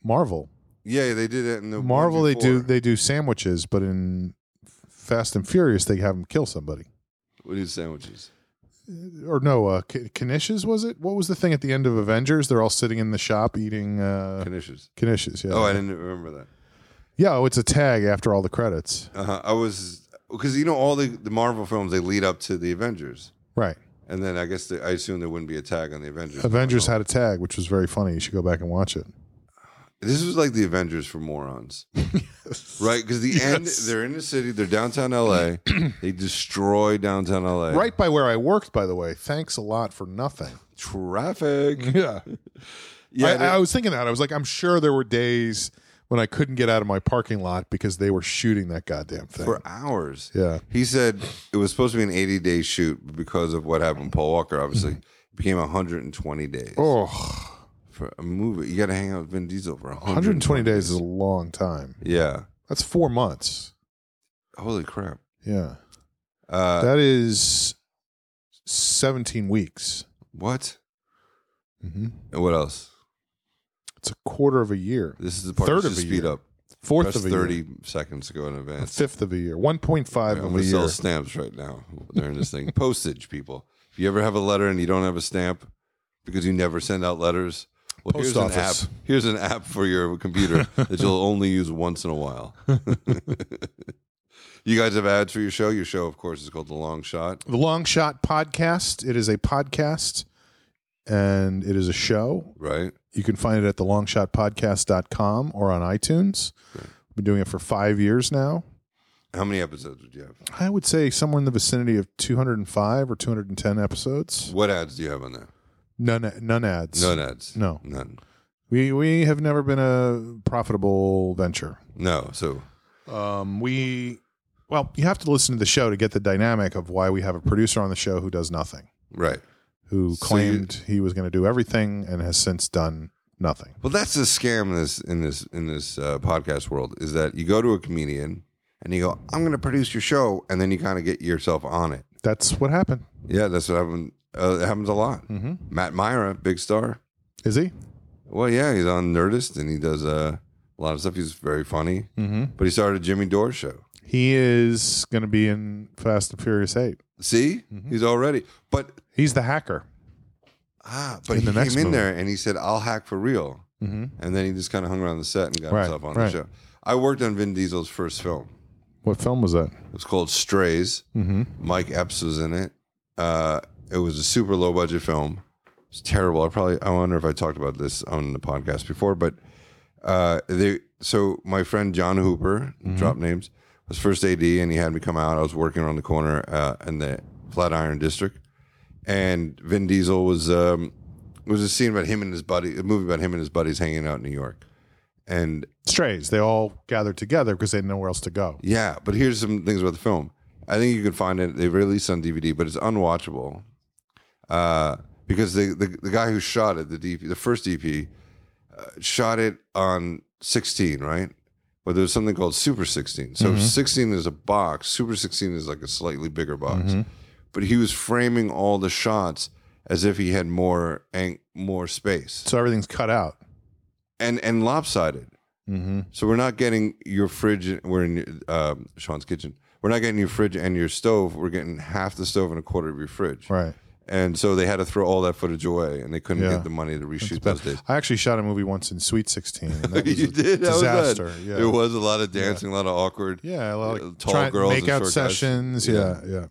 Speaker 2: Marvel.
Speaker 1: Yeah, they did it in the one
Speaker 2: Marvel, they do
Speaker 1: before.
Speaker 2: they do sandwiches, but in Fast and Furious, they have them kill somebody.
Speaker 1: We do sandwiches.
Speaker 2: Or no, uh, K- Knishes was it? What was the thing at the end of Avengers? They're all sitting in the shop eating uh,
Speaker 1: Knishes.
Speaker 2: Knishes. Yeah.
Speaker 1: Oh, I didn't remember that.
Speaker 2: yeah. Oh, it's a tag after all the credits.
Speaker 1: Uh-huh. I was because you know all the, the Marvel films they lead up to the Avengers,
Speaker 2: Right.
Speaker 1: and then I guess they, I assume there wouldn't be a tag on the Avengers.
Speaker 2: Avengers had a tag, which was very funny. You should go back and watch it.
Speaker 1: This was like the Avengers for morons, right? Because the end,
Speaker 2: Yes.
Speaker 1: they're in the city, they're downtown LA, they destroy downtown LA.
Speaker 2: Right by where I worked, by the way. Thanks a lot for nothing.
Speaker 1: traffic.
Speaker 2: Yeah.
Speaker 1: Yeah,
Speaker 2: I,
Speaker 1: they-
Speaker 2: I was thinking that. I was like, I'm sure there were days when I couldn't get out of my parking lot because they were shooting that goddamn thing.
Speaker 1: for hours.
Speaker 2: yeah.
Speaker 1: He said it was supposed to be an 80 day shoot but because of what happened. Paul Walker obviously
Speaker 2: Mm-hmm.
Speaker 1: it became 120 days
Speaker 2: Oh,
Speaker 1: for a movie. You got to hang out with Vin Diesel for 120,
Speaker 2: 120 days is a long time.
Speaker 1: Yeah.
Speaker 2: That's four months.
Speaker 1: Holy crap.
Speaker 2: Yeah.
Speaker 1: Uh,
Speaker 2: that is 17 weeks.
Speaker 1: what?
Speaker 2: Mm-hmm.
Speaker 1: And what else?
Speaker 2: It's a quarter of a year,
Speaker 1: This is the part
Speaker 2: Third
Speaker 1: Third
Speaker 2: of a
Speaker 1: speed
Speaker 2: year.
Speaker 1: up.
Speaker 2: fourth
Speaker 1: Press
Speaker 2: of a
Speaker 1: 30
Speaker 2: year,
Speaker 1: seconds to go in
Speaker 2: a
Speaker 1: advance.
Speaker 2: fifth of a year, 1.5
Speaker 1: I'm
Speaker 2: of
Speaker 1: going
Speaker 2: a
Speaker 1: to sell
Speaker 2: year.
Speaker 1: stamps right now during this thing. Postage, people. If you ever have a letter and you don't have a stamp because you never send out letters, well,
Speaker 2: Post
Speaker 1: here's
Speaker 2: office.
Speaker 1: an app. Here's an app for your computer that you'll only use once in a while. you guys have ads for your show. Your show, of course, is called The Long Shot.
Speaker 2: The Long Shot Podcast. It is a podcast and it is a show.
Speaker 1: Right,
Speaker 2: You can find it at thelongshotpodcast.com or on iTunes. We've been doing it for five years now.
Speaker 1: how many episodes would you have?
Speaker 2: I would say somewhere in the vicinity of 205 or 210 episodes.
Speaker 1: What ads do you have on there?
Speaker 2: None, none ads.
Speaker 1: None ads.
Speaker 2: No.
Speaker 1: none.
Speaker 2: We, we have never been a profitable venture.
Speaker 1: No. So
Speaker 2: Um, we, well, you have to listen to the show to get the dynamic of why we have a producer on the show who does nothing,
Speaker 1: right.
Speaker 2: who
Speaker 1: So
Speaker 2: claimed he was going to do everything and has since done nothing.
Speaker 1: Well, that's the scam in this in this in this uh, podcast world is that you go to a comedian and you go, "I'm going to produce your show," and then you kind of get yourself on it.
Speaker 2: That's what happened.
Speaker 1: Yeah, that's what happened. Uh, it happens a lot.
Speaker 2: Mm-hmm.
Speaker 1: Matt Myra, big star.
Speaker 2: Is he?
Speaker 1: Well, yeah, he's on Nerdist and he does uh, a lot of stuff. He's very funny,
Speaker 2: Mm-hmm.
Speaker 1: but he started a Jimmy Dore show.
Speaker 2: He is going to be in Fast and Furious 8.
Speaker 1: See,
Speaker 2: Mm-hmm.
Speaker 1: he's already. But
Speaker 2: He's the hacker.
Speaker 1: ah, but
Speaker 2: In
Speaker 1: he
Speaker 2: the
Speaker 1: came
Speaker 2: next
Speaker 1: in
Speaker 2: movie.
Speaker 1: there and he said, "I'll hack for real,"
Speaker 2: Mm-hmm.
Speaker 1: and then he just kind of hung around the set and got
Speaker 2: Right,
Speaker 1: himself on
Speaker 2: right.
Speaker 1: the show. I worked on Vin Diesel's first film.
Speaker 2: What film was that?
Speaker 1: It was called Strays.
Speaker 2: Mm-hmm.
Speaker 1: Mike Epps was in it. Uh, it was a super low budget film. It's terrible. I probably I wonder if I talked about this on the podcast before, but uh, they so my friend John Hooper drop names was first AD and he had me come out. I was working around the corner uh, in the Flatiron District, and Vin Diesel was um, it was a scene about him and his buddy, a movie about him and his buddies hanging out in New York, and
Speaker 2: Strays. They all gathered together because they had nowhere else to go.
Speaker 1: yeah, but here's some things about the film. I think you can find it. They released on DVD, but it's unwatchable uh, because the, the the guy who shot it, the DP, the first DP, uh, shot it on 16, right? But there was something called Super 16. So 16 is a box. Super 16 is like a slightly bigger box. But he was framing all the shots as if he had more ang- more space
Speaker 2: So everything's cut out.
Speaker 1: and and lopsided.
Speaker 2: Mm-hmm.
Speaker 1: So we're not getting your fridge. We're in um, Sean's kitchen. We're not getting your fridge and your stove. We're getting half the stove and a quarter of your fridge.
Speaker 2: Right.
Speaker 1: And so they had to throw all that footage away, and they couldn't
Speaker 2: Yeah.
Speaker 1: get the money to reshoot those days.
Speaker 2: I actually shot a movie once in Sweet 16. And that was
Speaker 1: you
Speaker 2: a
Speaker 1: did How was that?
Speaker 2: disaster. Yeah.
Speaker 1: There was a lot of dancing, a lot of awkward,
Speaker 2: yeah. A lot
Speaker 1: uh,
Speaker 2: of
Speaker 1: tall
Speaker 2: try-
Speaker 1: girls and
Speaker 2: makeout
Speaker 1: short guys.
Speaker 2: sessions.
Speaker 1: Yeah.
Speaker 2: Yeah. yeah.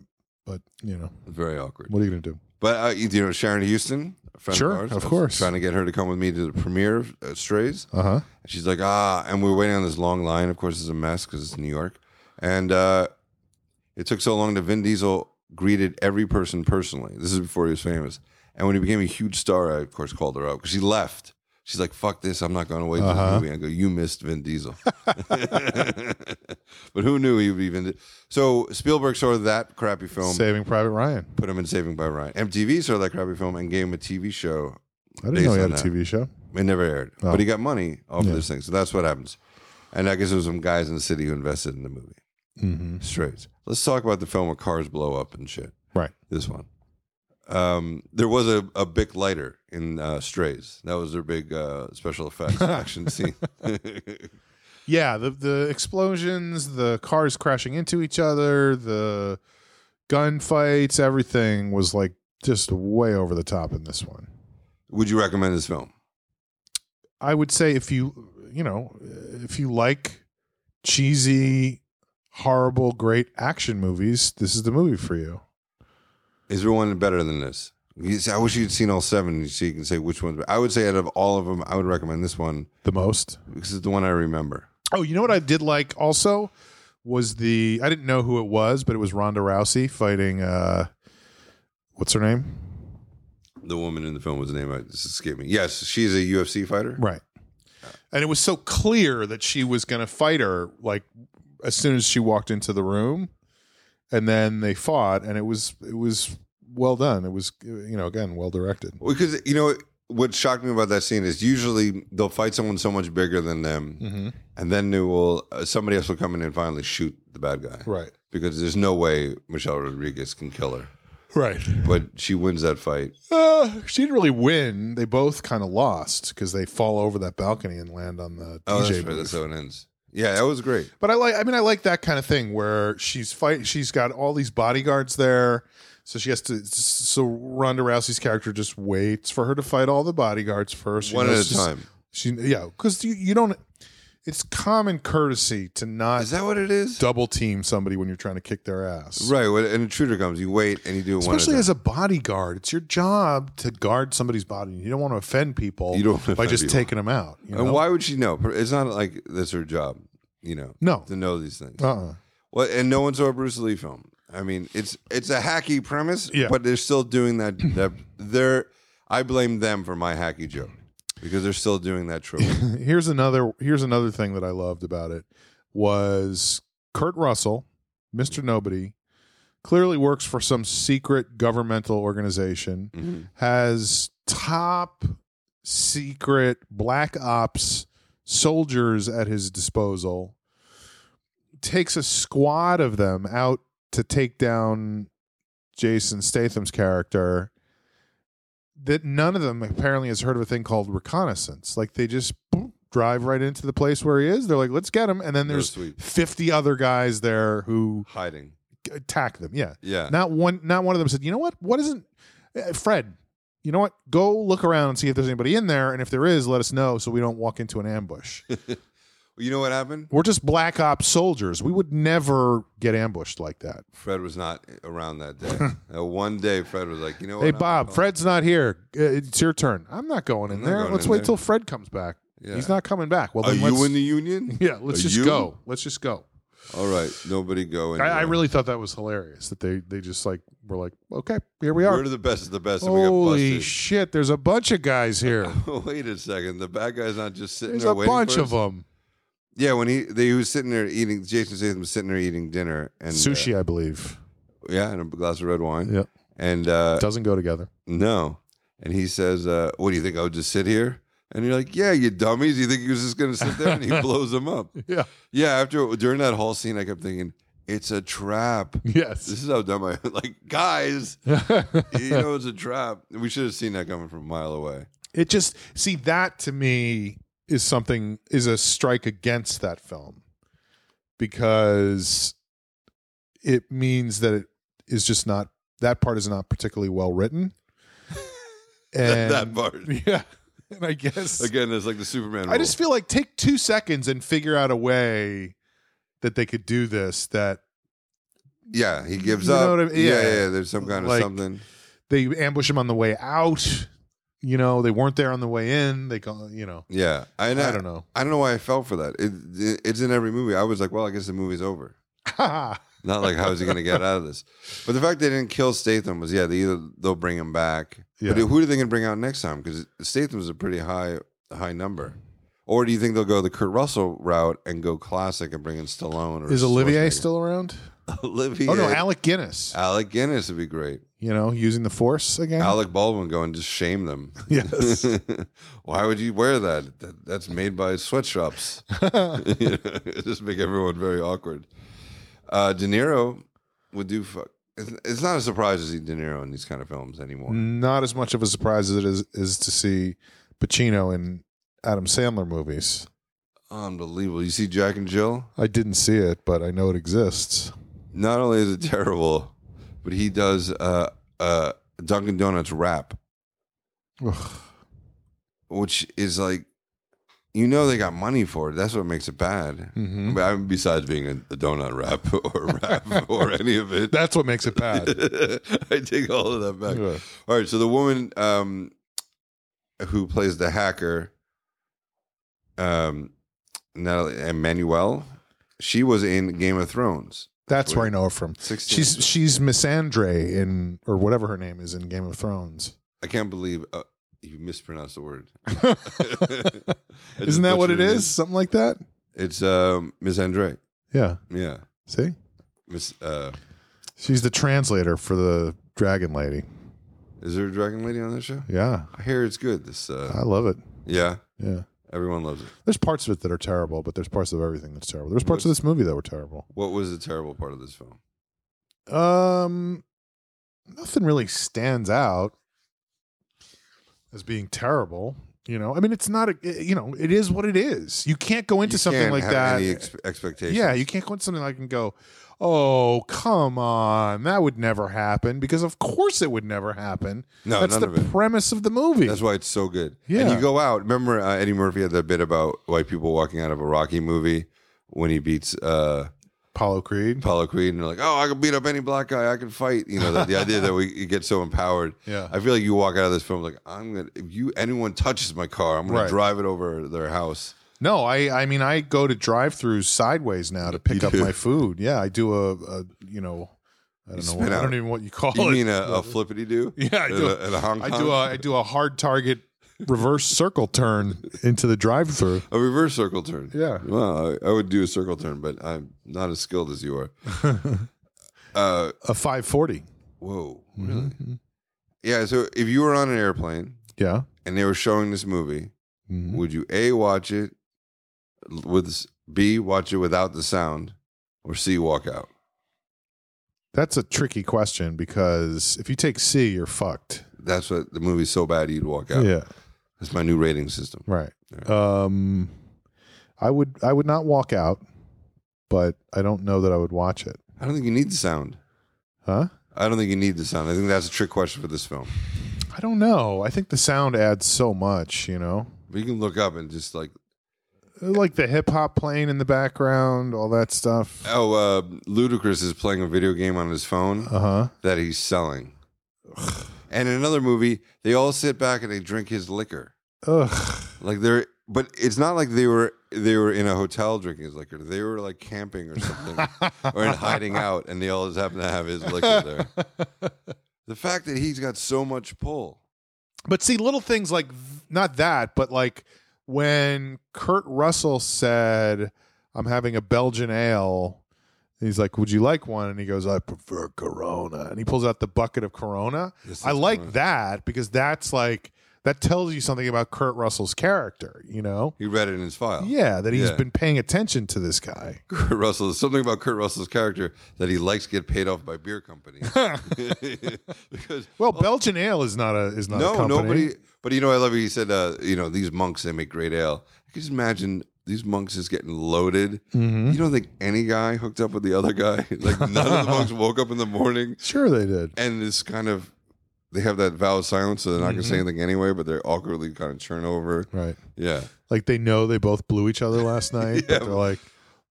Speaker 2: But, you know,
Speaker 1: very awkward.
Speaker 2: what are you going to do?
Speaker 1: But uh, you know, Sharon Houston, a friend
Speaker 2: Sure,
Speaker 1: of ours,
Speaker 2: of
Speaker 1: I was
Speaker 2: course.
Speaker 1: trying to get her to come with me to the premiere of uh, Strays.
Speaker 2: Uh huh.
Speaker 1: And she's like, ah, and we were waiting on this long line. Of course, it's a mess because it's New York. And uh, it took so long that Vin Diesel greeted every person personally. This is before he was famous. And when he became a huge star, I, of course, called her out because she left. She's like, fuck this. I'm not going to wait for
Speaker 2: Uh-huh.
Speaker 1: this movie. I go, you missed Vin Diesel. but who knew he would be Vin Di- So Spielberg saw that crappy film,
Speaker 2: Saving Private Ryan.
Speaker 1: put him in Saving by Ryan. MTV saw that crappy film and gave him a TV show
Speaker 2: I didn't
Speaker 1: Based
Speaker 2: know he
Speaker 1: on
Speaker 2: had a
Speaker 1: that.
Speaker 2: TV show.
Speaker 1: it never aired,
Speaker 2: Oh.
Speaker 1: but he got money off
Speaker 2: Yeah.
Speaker 1: of this thing. So that's what happens. And I guess there was some guys in the city who invested in the movie.
Speaker 2: Mm-hmm.
Speaker 1: Straight. Let's talk about the film where cars blow up and shit.
Speaker 2: Right.
Speaker 1: This one. Um, there was a, a Bic lighter in uh, Strays. That was their big uh, special effects action scene.
Speaker 2: Yeah, the the explosions, the cars crashing into each other, the gunfights, everything was like just way over the top in this one.
Speaker 1: Would you recommend this film?
Speaker 2: I would say if you you know if you like cheesy, horrible, great action movies, this is the movie for you.
Speaker 1: Is there one better than this? You see, I wish you'd seen all seven so you can say which one's better. I would say out of all of them, I would recommend this one
Speaker 2: The most.
Speaker 1: because it's the one I remember.
Speaker 2: Oh, you know what I did like also was the I didn't know who it was, but it was Ronda Rousey fighting uh what's her name?
Speaker 1: The woman in the film was the name I this escaped me. Yes, she's a UFC fighter.
Speaker 2: Right. And it was so clear that she was going to fight her like as soon as she walked into the room. And then they fought and it was it was well done. It was you know again well directed.
Speaker 1: Because you know what shocked me about that scene is usually they'll fight someone so much bigger than them,
Speaker 2: Mm. Mm-hmm.
Speaker 1: and then they will uh, somebody else will come in and finally shoot the bad guy.
Speaker 2: Right.
Speaker 1: Because there's no way Michelle Rodriguez can kill her,
Speaker 2: Right.
Speaker 1: but she wins that fight.
Speaker 2: Uh, she didn't really win. They both kind of lost because they fall over that balcony and land on the
Speaker 1: Oh,
Speaker 2: DJ
Speaker 1: that's, right,
Speaker 2: booth.
Speaker 1: that's how it ends. Yeah, that was great.
Speaker 2: But I like I mean I like that kind of thing where she's fight she's got all these bodyguards there. So she has to so Ronda Rousey's character just waits for her to fight all the bodyguards first. She
Speaker 1: one at
Speaker 2: knows
Speaker 1: a
Speaker 2: she's-
Speaker 1: time.
Speaker 2: She yeah, cuz you, you don't it's common courtesy to not
Speaker 1: Is that what it is?
Speaker 2: double team somebody when you're trying to kick their ass.
Speaker 1: Right. When an intruder comes, you wait and you do it one at a
Speaker 2: Especially
Speaker 1: time.
Speaker 2: as a bodyguard, it's your job to guard somebody's body. You don't want to offend people
Speaker 1: You don't wanna
Speaker 2: by
Speaker 1: offend
Speaker 2: just
Speaker 1: people.
Speaker 2: taking them out. You know?
Speaker 1: And why would she know? It's not like that's her job, you know,
Speaker 2: No.
Speaker 1: to know these things.
Speaker 2: Uh-uh.
Speaker 1: Well, and no one saw a Bruce Lee film. I mean, it's it's a hacky premise,
Speaker 2: Yeah.
Speaker 1: but they're still doing that. that they're I blame them for my hacky joke because they're still doing that trope. Mm-hmm.
Speaker 2: here's another here's another thing that I loved about it was Kurt Russell, Mr. Nobody, clearly works for some secret governmental organization,
Speaker 1: Mhm.
Speaker 2: has top secret black ops soldiers at his disposal, takes a squad of them out to take down Jason Statham's character that none of them apparently has heard of a thing called reconnaissance. Like they just boop, drive right into the place where he is. They're like, let's get him. And then
Speaker 1: They're
Speaker 2: there's
Speaker 1: sweet.
Speaker 2: 50 other guys there who
Speaker 1: hiding.
Speaker 2: attack them. Yeah.
Speaker 1: Yeah.
Speaker 2: Not one not one of them said, "You know what? What isn't uh, Fred, you know what? Go look around and see if there's anybody in there and if there is, let us know so we don't walk into an ambush."
Speaker 1: You know what happened?
Speaker 2: We're just black ops soldiers. We would never get ambushed like that.
Speaker 1: Fred was not around that day. uh, one day, Fred was like, you know what?
Speaker 2: Hey
Speaker 1: I'm
Speaker 2: Bob,
Speaker 1: going.
Speaker 2: Fred's not here. Uh, It's your turn. I'm not going in
Speaker 1: I'm not
Speaker 2: there.
Speaker 1: going
Speaker 2: Let's
Speaker 1: in
Speaker 2: wait
Speaker 1: there.
Speaker 2: till Fred comes back.
Speaker 1: Yeah.
Speaker 2: He's not coming back. Well,
Speaker 1: Are
Speaker 2: then let's,
Speaker 1: you in the union?
Speaker 2: yeah, let's
Speaker 1: Are
Speaker 2: just
Speaker 1: you?
Speaker 2: go. Let's just go.
Speaker 1: All right. Nobody go. In
Speaker 2: I, I
Speaker 1: there.
Speaker 2: really thought that was hilarious that they they just like were like, okay, here we are.
Speaker 1: We're the best of the best. and we
Speaker 2: Holy
Speaker 1: got busted.
Speaker 2: shit! There's a bunch of guys here.
Speaker 1: Wait a second. The bad guy's not just sitting
Speaker 2: There's
Speaker 1: there
Speaker 2: a
Speaker 1: waiting
Speaker 2: bunch
Speaker 1: for
Speaker 2: of
Speaker 1: us?
Speaker 2: them.
Speaker 1: Yeah, when he they he was sitting there eating, Jason Statham was sitting there eating dinner and
Speaker 2: Sushi, I believe,
Speaker 1: uh, yeah, and a glass of red wine.
Speaker 2: Yep.
Speaker 1: And uh,
Speaker 2: doesn't go together.
Speaker 1: no, and he says, uh, "What do you think? I'll just sit here?" And you're like, "Yeah, you dummies! You think he was just gonna sit there?" And he blows them up.
Speaker 2: Yeah.
Speaker 1: Yeah. After during that whole scene, I kept thinking, "It's a trap."
Speaker 2: Yes.
Speaker 1: This is how dumb I like, guys. you know, it's a trap. We should have seen that coming from a mile away.
Speaker 2: It just see that to me is something is a strike against that film because it means that it is just not that part is not particularly well written. And
Speaker 1: that part.
Speaker 2: yeah, and I guess
Speaker 1: Again, it's like the Superman.
Speaker 2: I just feel like take two seconds and figure out a way that they could do this that
Speaker 1: yeah, he gives
Speaker 2: You
Speaker 1: up.
Speaker 2: know what I mean?
Speaker 1: yeah.
Speaker 2: Yeah.
Speaker 1: yeah, There's some kind of
Speaker 2: Like-
Speaker 1: something.
Speaker 2: they ambush him on the way out. You know, they weren't there on the way in. They call, you know,
Speaker 1: Yeah, and
Speaker 2: I don't know.
Speaker 1: I don't know why I fell for that. It, it, it's in every movie. I was like, well, I guess the movie's over. Not like how is he going to get out of this? But the fact they didn't kill Statham was yeah. They either they'll bring him back, but
Speaker 2: Yeah.
Speaker 1: who do they going to bring out next time? Because Statham's a pretty high high number. Or do you think they'll go the Kurt Russell route and go classic and bring in Stallone? Or
Speaker 2: Is Olivier
Speaker 1: Schwarzenegger?
Speaker 2: still around?
Speaker 1: Olivier?
Speaker 2: Oh no, Alec Guinness.
Speaker 1: Alec Guinness would be great.
Speaker 2: You know, using the force again.
Speaker 1: Alec Baldwin go and just shame them.
Speaker 2: Yes.
Speaker 1: Why would you wear that? that that's made by sweatshops. It just make everyone very awkward. Uh, De Niro would do fuck it's, it's not a surprise to see De Niro in these kind of films anymore.
Speaker 2: Mm. Not as much of a surprise as it is is to see Pacino in Adam Sandler movies.
Speaker 1: Unbelievable. You see Jack and Jill?
Speaker 2: I didn't see it, but I know it exists.
Speaker 1: Not only is it terrible, but he does uh, uh, Dunkin' Donuts rap,
Speaker 2: Ugh.
Speaker 1: which is like, you know, they got money for it. That's what makes it bad.
Speaker 2: Mhm.
Speaker 1: I mean, besides being a, a donut rap or rap or any of it.
Speaker 2: That's what makes it bad.
Speaker 1: I take all of that back.
Speaker 2: Yeah.
Speaker 1: All right, so the woman um, who plays the hacker, um, Natalie Emmanuel, she was in Game of Thrones.
Speaker 2: That's where I know her from.
Speaker 1: 16.
Speaker 2: She's she's Miss Andre in or whatever her name is in Game of Thrones.
Speaker 1: I can't believe uh, you mispronounced the word.
Speaker 2: Isn't that what it is? Something like that?
Speaker 1: It's um, Miss Andre.
Speaker 2: Yeah.
Speaker 1: Yeah,
Speaker 2: See?
Speaker 1: Miss. Uh,
Speaker 2: She's the translator for the dragon lady.
Speaker 1: is there a Dragon Lady on this show?
Speaker 2: Yeah.
Speaker 1: I hear it's good. This. Uh,
Speaker 2: I love it.
Speaker 1: yeah,
Speaker 2: Yeah.
Speaker 1: everyone loves it.
Speaker 2: There's parts of it that are terrible, but there's parts of everything that's terrible. There's parts of this movie that were terrible.
Speaker 1: What was the terrible part of this film?
Speaker 2: Um, nothing really stands out as being terrible. You know, I mean, it's not a. You know, it is what it is. You can't go into
Speaker 1: You
Speaker 2: something
Speaker 1: can't
Speaker 2: like
Speaker 1: have
Speaker 2: that.
Speaker 1: Any ex- expectations?
Speaker 2: yeah, you can't go into something like and go, "Oh, come on, that would never happen," because of course it would never happen.
Speaker 1: no,
Speaker 2: That's
Speaker 1: none
Speaker 2: the
Speaker 1: of it.
Speaker 2: premise of the movie.
Speaker 1: That's why it's so good. And
Speaker 2: Yeah.
Speaker 1: you go out. Remember uh, Eddie Murphy had that bit about white people walking out of a Rocky movie when he beats uh,
Speaker 2: Apollo Creed.
Speaker 1: Apollo Creed and they're like, oh, I can beat up any black guy. I can fight. You know, the, the idea that we you get so empowered.
Speaker 2: Yeah.
Speaker 1: I feel like you walk out of this film like, I'm going to, if you, anyone touches my car, I'm going
Speaker 2: Right.
Speaker 1: to drive it over their house.
Speaker 2: No, I I mean I go to drive-throughs sideways now to pick
Speaker 1: You
Speaker 2: up
Speaker 1: do?
Speaker 2: my food. Yeah, I do a, a you know, I don't know,
Speaker 1: spit
Speaker 2: what, I
Speaker 1: out.
Speaker 2: don't even know what you call
Speaker 1: You
Speaker 2: it.
Speaker 1: mean a, Uh, a flippity do?
Speaker 2: yeah, Oh, I
Speaker 1: And
Speaker 2: do.
Speaker 1: a, and a honk
Speaker 2: I do a
Speaker 1: honk?
Speaker 2: I do a hard target reverse circle turn into the drive-through.
Speaker 1: A reverse circle turn.
Speaker 2: Yeah.
Speaker 1: Well, I, I would do a circle turn, but I'm not as skilled as you are. uh,
Speaker 2: A 540.
Speaker 1: Whoa,
Speaker 2: Mm-hmm.
Speaker 1: really? Yeah. So if you were on an airplane
Speaker 2: Yeah.
Speaker 1: and they were showing this movie,
Speaker 2: Mhm.
Speaker 1: would you a watch it with s- b watch it without the sound, or c walk out?
Speaker 2: That's a tricky question because if you take C, you're fucked.
Speaker 1: That's what the movie's so bad you'd walk out. That's my new rating system.
Speaker 2: Right. Um I would I would not walk out, but I don't know that I would watch it.
Speaker 1: I don't think you need the sound.
Speaker 2: Huh?
Speaker 1: I don't think you need the sound. I think that's a trick question for this film.
Speaker 2: I don't know. I think the sound adds so much, you know.
Speaker 1: But you can look up and just like,
Speaker 2: Like the hip hop playing in the background, all that stuff.
Speaker 1: oh, uh, Ludacris is playing a video game on his phone.
Speaker 2: Uh-huh.
Speaker 1: that he's selling. and in another movie, they all sit back and they drink his liquor.
Speaker 2: Ugh.
Speaker 1: Like they're but it's not like they were they were in a hotel drinking his liquor. They were like camping or something or in hiding out and they all just happen to have his liquor there. The fact that he's got so much pull.
Speaker 2: But see little things like not that, but like when Kurt Russell said, "I'm having a Belgian ale." He's like, "Would you like one?" And he goes, "I prefer Corona." And he pulls out the bucket of Corona.
Speaker 1: This is
Speaker 2: I like
Speaker 1: Corona.
Speaker 2: that because that's like that tells you something about Kurt Russell's character, you know?
Speaker 1: He read it in his file.
Speaker 2: Yeah, that he's
Speaker 1: Oh, Yeah.
Speaker 2: been paying attention to this guy.
Speaker 1: Kurt Russell. There's something about Kurt Russell's character that he likes to get paid off by beer companies. because
Speaker 2: Well, Belgian ale is not a is not a
Speaker 1: no,
Speaker 2: company.
Speaker 1: nobody. But you know, I love it. He said, uh, you know, these monks they make great ale. I can just imagine these monks just getting loaded.
Speaker 2: Mm-hmm. Hmm?
Speaker 1: You don't think any guy hooked up with the other guy? like none of the monks woke up in the morning
Speaker 2: Sure they did.
Speaker 1: and this kind of they have that vow of silence, so they're not gonna say anything anyway. But they're awkwardly kind of turn over.
Speaker 2: Right.
Speaker 1: Yeah,
Speaker 2: Like they know they both blew each other last night, but they're like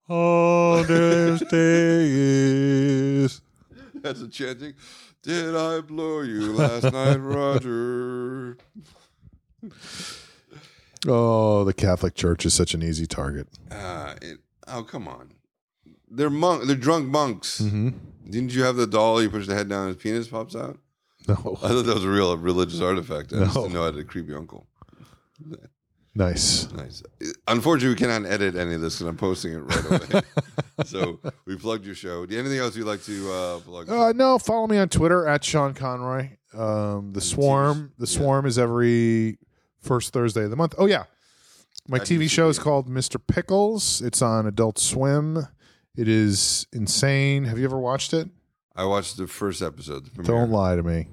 Speaker 3: Oh, this day is.
Speaker 1: that's a chanting. Did I blow you last night, Roger?
Speaker 2: Oh, the Catholic Church is such an easy target.
Speaker 1: Uh, it, oh, come on. They're monk. They're drunk monks. Didn't you have the doll? You push the head down, his penis pops out.
Speaker 2: No,
Speaker 1: I thought that was a real religious artifact. I just
Speaker 2: No.
Speaker 1: didn't know I had a creepy uncle.
Speaker 2: nice.
Speaker 1: Nice. Unfortunately, we cannot edit any of this because I'm posting it right away. so we plugged your show. Do you- Anything else you'd like to uh, plug?
Speaker 2: Uh, no, follow me on Twitter at Sean Conroy. Um, the Swarm. The
Speaker 1: yeah.
Speaker 2: Swarm is every first Thursday of the month. Oh yeah, my
Speaker 1: That
Speaker 2: TV
Speaker 1: used to
Speaker 2: show is
Speaker 1: be-
Speaker 2: called Mr. Pickles. It's on Adult Swim. It is insane. Have you ever watched it?
Speaker 1: I watched the first episode. The premiere.
Speaker 2: Don't lie to me.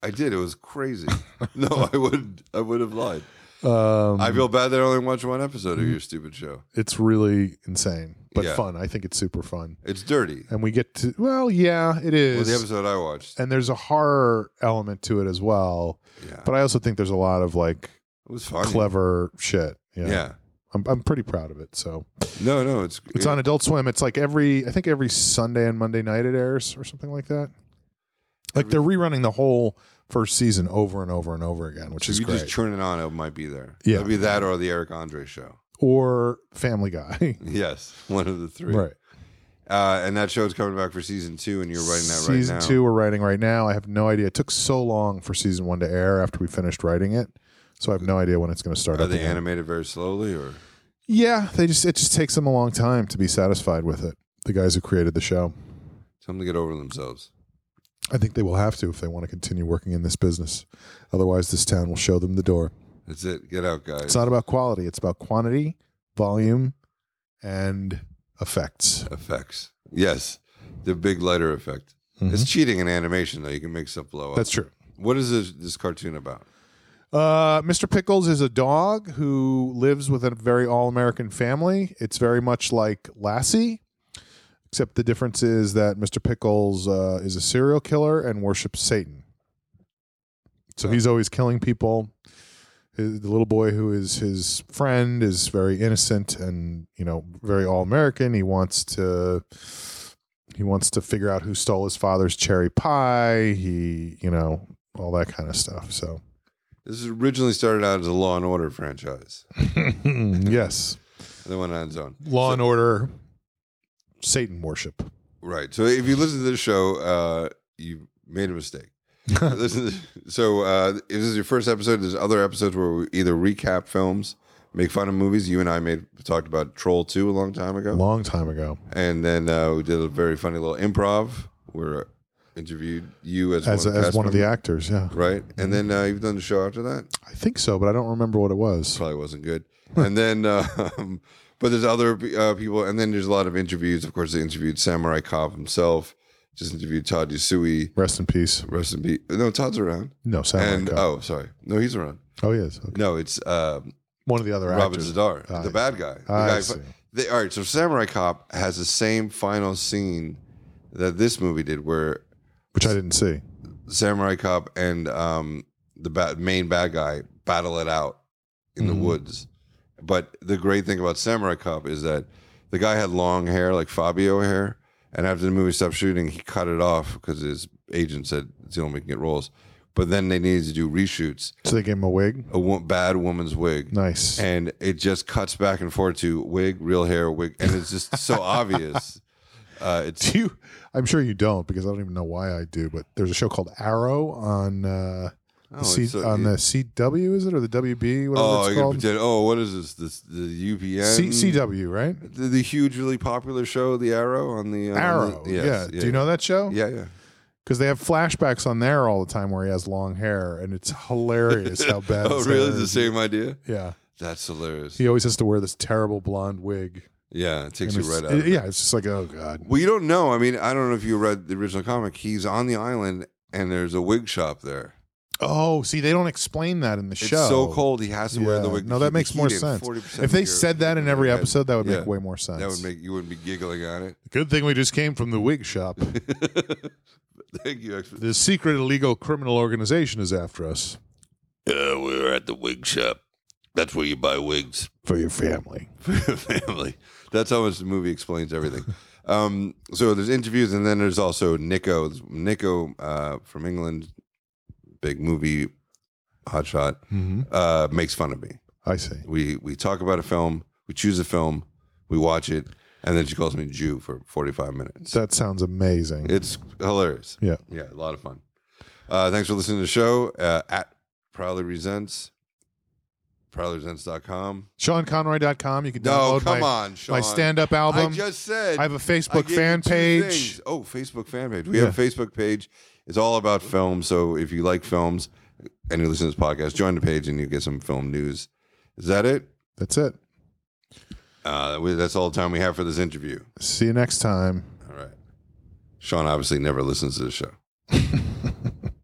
Speaker 1: I did. It was crazy. no, I wouldn't. I would have lied.
Speaker 2: Um,
Speaker 1: I feel bad that I only watched one episode
Speaker 2: Mm-hmm.
Speaker 1: of your stupid show.
Speaker 2: it's really insane, but
Speaker 1: Yeah.
Speaker 2: fun. I think it's super fun.
Speaker 1: It's dirty.
Speaker 2: And we get to well, yeah, it
Speaker 1: Well,
Speaker 2: is.
Speaker 1: the episode I watched.
Speaker 2: and there's a horror element to it as well.
Speaker 1: Yeah,
Speaker 2: But I also think there's a lot of like
Speaker 1: it was funny.
Speaker 2: clever shit. Yeah.
Speaker 1: Yeah.
Speaker 2: I'm, I'm pretty proud of it. So
Speaker 1: No, no, it's
Speaker 2: it's on Adult Swim. It's like every, I think every Sunday and Monday night it airs or something like that. Like they're rerunning the whole first season over and over and over again, which
Speaker 1: If
Speaker 2: is
Speaker 1: you
Speaker 2: great.
Speaker 1: just turn it on, it might be there.
Speaker 2: Yeah.
Speaker 1: it'll be that or the Eric Andre show.
Speaker 2: or Family Guy.
Speaker 1: Yes, one of the three.
Speaker 2: right.
Speaker 1: Uh, and that show's coming back for season two, and you're writing that right
Speaker 2: season
Speaker 1: now.
Speaker 2: two we're writing right now. I have no idea. It took so long for season one to air after we finished writing it. So I have no idea when it's going to start.
Speaker 1: Are
Speaker 2: up
Speaker 1: they
Speaker 2: again.
Speaker 1: animated very slowly, or
Speaker 2: Yeah, they just it just takes them a long time to be satisfied with it. The guys who created the show.
Speaker 1: tell them to get over themselves?
Speaker 2: I think they will have to if they want to continue working in this business. Otherwise, this town will show them the door.
Speaker 1: That's it. Get out, guys.
Speaker 2: It's not about quality, it's about quantity, volume, and effects.
Speaker 1: effects. Yes, the big lighter effect. It's cheating in animation, though. You can make stuff blow up.
Speaker 2: Mm-hmm. That's true.
Speaker 1: what is this, this cartoon about?
Speaker 2: Uh, Mr. Pickles is a dog who lives with a very all American family. It's very much like Lassie, except the difference is that Mr. Pickles uh, is a serial killer and worships Satan. So he's always killing people. His, the little boy who is his friend is very innocent and you know very all American. He wants to he wants to figure out who stole his father's cherry pie. He you know all that kind of stuff. So.
Speaker 1: This originally started out as a Law and Order franchise.
Speaker 2: yes.
Speaker 1: They went on its own.
Speaker 2: Law and order, Satan worship.
Speaker 1: Right. So if you listen to this show, uh, you made a mistake. listen to so uh, if this is your first episode, there's other episodes where we either recap films, make fun of movies. You and I made talked about Troll Two a long time ago,
Speaker 2: Long time ago.
Speaker 1: and then uh, we did a very funny little improv where I interviewed you as
Speaker 2: As,
Speaker 1: one,
Speaker 2: as one of the actors, Mm-hmm. yeah.
Speaker 1: the right, and then uh, you've done the show after that.
Speaker 2: I think so, but I don't remember what it was.
Speaker 1: Probably wasn't good, and then. Uh, But there's other uh, people, and then there's a lot of interviews. Of course, they interviewed Samurai Cop himself, just interviewed Todd Yusui,
Speaker 2: Rest in peace.
Speaker 1: Rest in peace. No, Todd's around.
Speaker 2: No,
Speaker 1: and
Speaker 2: Samurai. Cop.
Speaker 1: oh, sorry. No, he's around.
Speaker 2: oh, yes. Okay.
Speaker 1: No, it's um,
Speaker 2: One of the other
Speaker 1: Robin
Speaker 2: actors.
Speaker 1: Zadar,
Speaker 2: Ah,
Speaker 1: the
Speaker 2: I
Speaker 1: bad guy. The
Speaker 2: I
Speaker 1: guy
Speaker 2: see.
Speaker 1: They, all right, so Samurai Cop has the same final scene that this movie did, where
Speaker 2: Which I didn't see.
Speaker 1: Samurai Cop and um, the ba- main bad guy battle it out in
Speaker 2: Mm-hmm.
Speaker 1: the woods. But the great thing about Samurai Cop is that the guy had long hair, like Fabio hair, and after the movie stopped shooting, he cut it off because his agent said it's the only way we can get roles. But then they needed to do reshoots.
Speaker 2: So they gave him a wig.
Speaker 1: a wo- bad woman's wig.
Speaker 2: Nice.
Speaker 1: And it just cuts back and forth to wig, real hair, wig, and it's just so obvious. Uh, it's
Speaker 2: do you, I'm sure you don't because I don't even know why I do, but there's a show called Arrow on uh,
Speaker 1: oh,
Speaker 2: the, C,
Speaker 1: it's so-
Speaker 2: on the CW, is it? Or the WB, whatever
Speaker 1: oh, I
Speaker 2: it's
Speaker 1: gotta
Speaker 2: called?
Speaker 1: pretend- oh, what is this? This the UPN,
Speaker 2: C, CW, right?
Speaker 1: the, the huge, really popular show, The Arrow on the uh,
Speaker 2: Arrow.
Speaker 1: on the- yes,
Speaker 2: yeah. Do you know that show?
Speaker 1: Yeah, yeah.
Speaker 2: because they have flashbacks on there all the time where he has long hair, and it's hilarious how bad.
Speaker 1: Oh,
Speaker 2: his
Speaker 1: really?
Speaker 2: hair
Speaker 1: The
Speaker 2: is.
Speaker 1: same idea?
Speaker 2: Yeah,
Speaker 1: That's hilarious.
Speaker 2: he always has to wear this terrible blonde wig.
Speaker 1: Yeah, it takes
Speaker 2: And
Speaker 1: you
Speaker 2: it's-
Speaker 1: right out. of it.
Speaker 2: yeah, it's just like oh god.
Speaker 1: Well, you don't know. I mean, I don't know if you read the original comic. He's on the island, and there's a wig shop there.
Speaker 2: Oh, see, they don't explain that in the show.
Speaker 1: It's so cold. He has to wear the
Speaker 2: Yeah.
Speaker 1: wig. to
Speaker 2: No,
Speaker 1: keep
Speaker 2: that
Speaker 1: the
Speaker 2: makes
Speaker 1: heat
Speaker 2: more
Speaker 1: in.
Speaker 2: sense.
Speaker 1: 40%
Speaker 2: If they
Speaker 1: of your-
Speaker 2: said that in every
Speaker 1: Yeah.
Speaker 2: episode, that would
Speaker 1: Yeah.
Speaker 2: make way more sense.
Speaker 1: that would make you wouldn't be giggling on it.
Speaker 2: Good thing we just came from the wig shop.
Speaker 1: Thank you. Actually.
Speaker 2: the secret illegal criminal organization is after us
Speaker 1: Uh, we were at the wig shop. That's where you buy wigs
Speaker 2: for your family.
Speaker 1: for your family. That's how much the movie explains everything. um, so there's interviews, and then there's also Nico. Nico uh, from England, big movie hotshot, uh, makes fun of me.
Speaker 2: I see.
Speaker 1: We we talk about a film, we choose a film, we watch it, and then she calls me Jew for 45 minutes.
Speaker 2: That sounds amazing.
Speaker 1: It's hilarious.
Speaker 2: yeah.
Speaker 1: Yeah, a lot of fun. Uh, thanks for listening to the show uh, at Proudly Resents, proudlyresents.com.
Speaker 2: SeanConroy.com. You can
Speaker 1: No,
Speaker 2: download
Speaker 1: come
Speaker 2: my,
Speaker 1: on, Sean.
Speaker 2: my stand-up
Speaker 1: I
Speaker 2: album.
Speaker 1: just said.
Speaker 2: I have a
Speaker 1: I
Speaker 2: Facebook
Speaker 1: gave you
Speaker 2: fan
Speaker 1: two
Speaker 2: page.
Speaker 1: things. Oh, Facebook fan page. We
Speaker 2: Yeah.
Speaker 1: have a Facebook page. It's all about film. So if you like films and you listen to this podcast, join the page and you get some film news. Is that it?
Speaker 2: That's it.
Speaker 1: Uh, we- that's all the time we have for this interview.
Speaker 2: See you next time.
Speaker 1: All right. Sean obviously never listens to the show.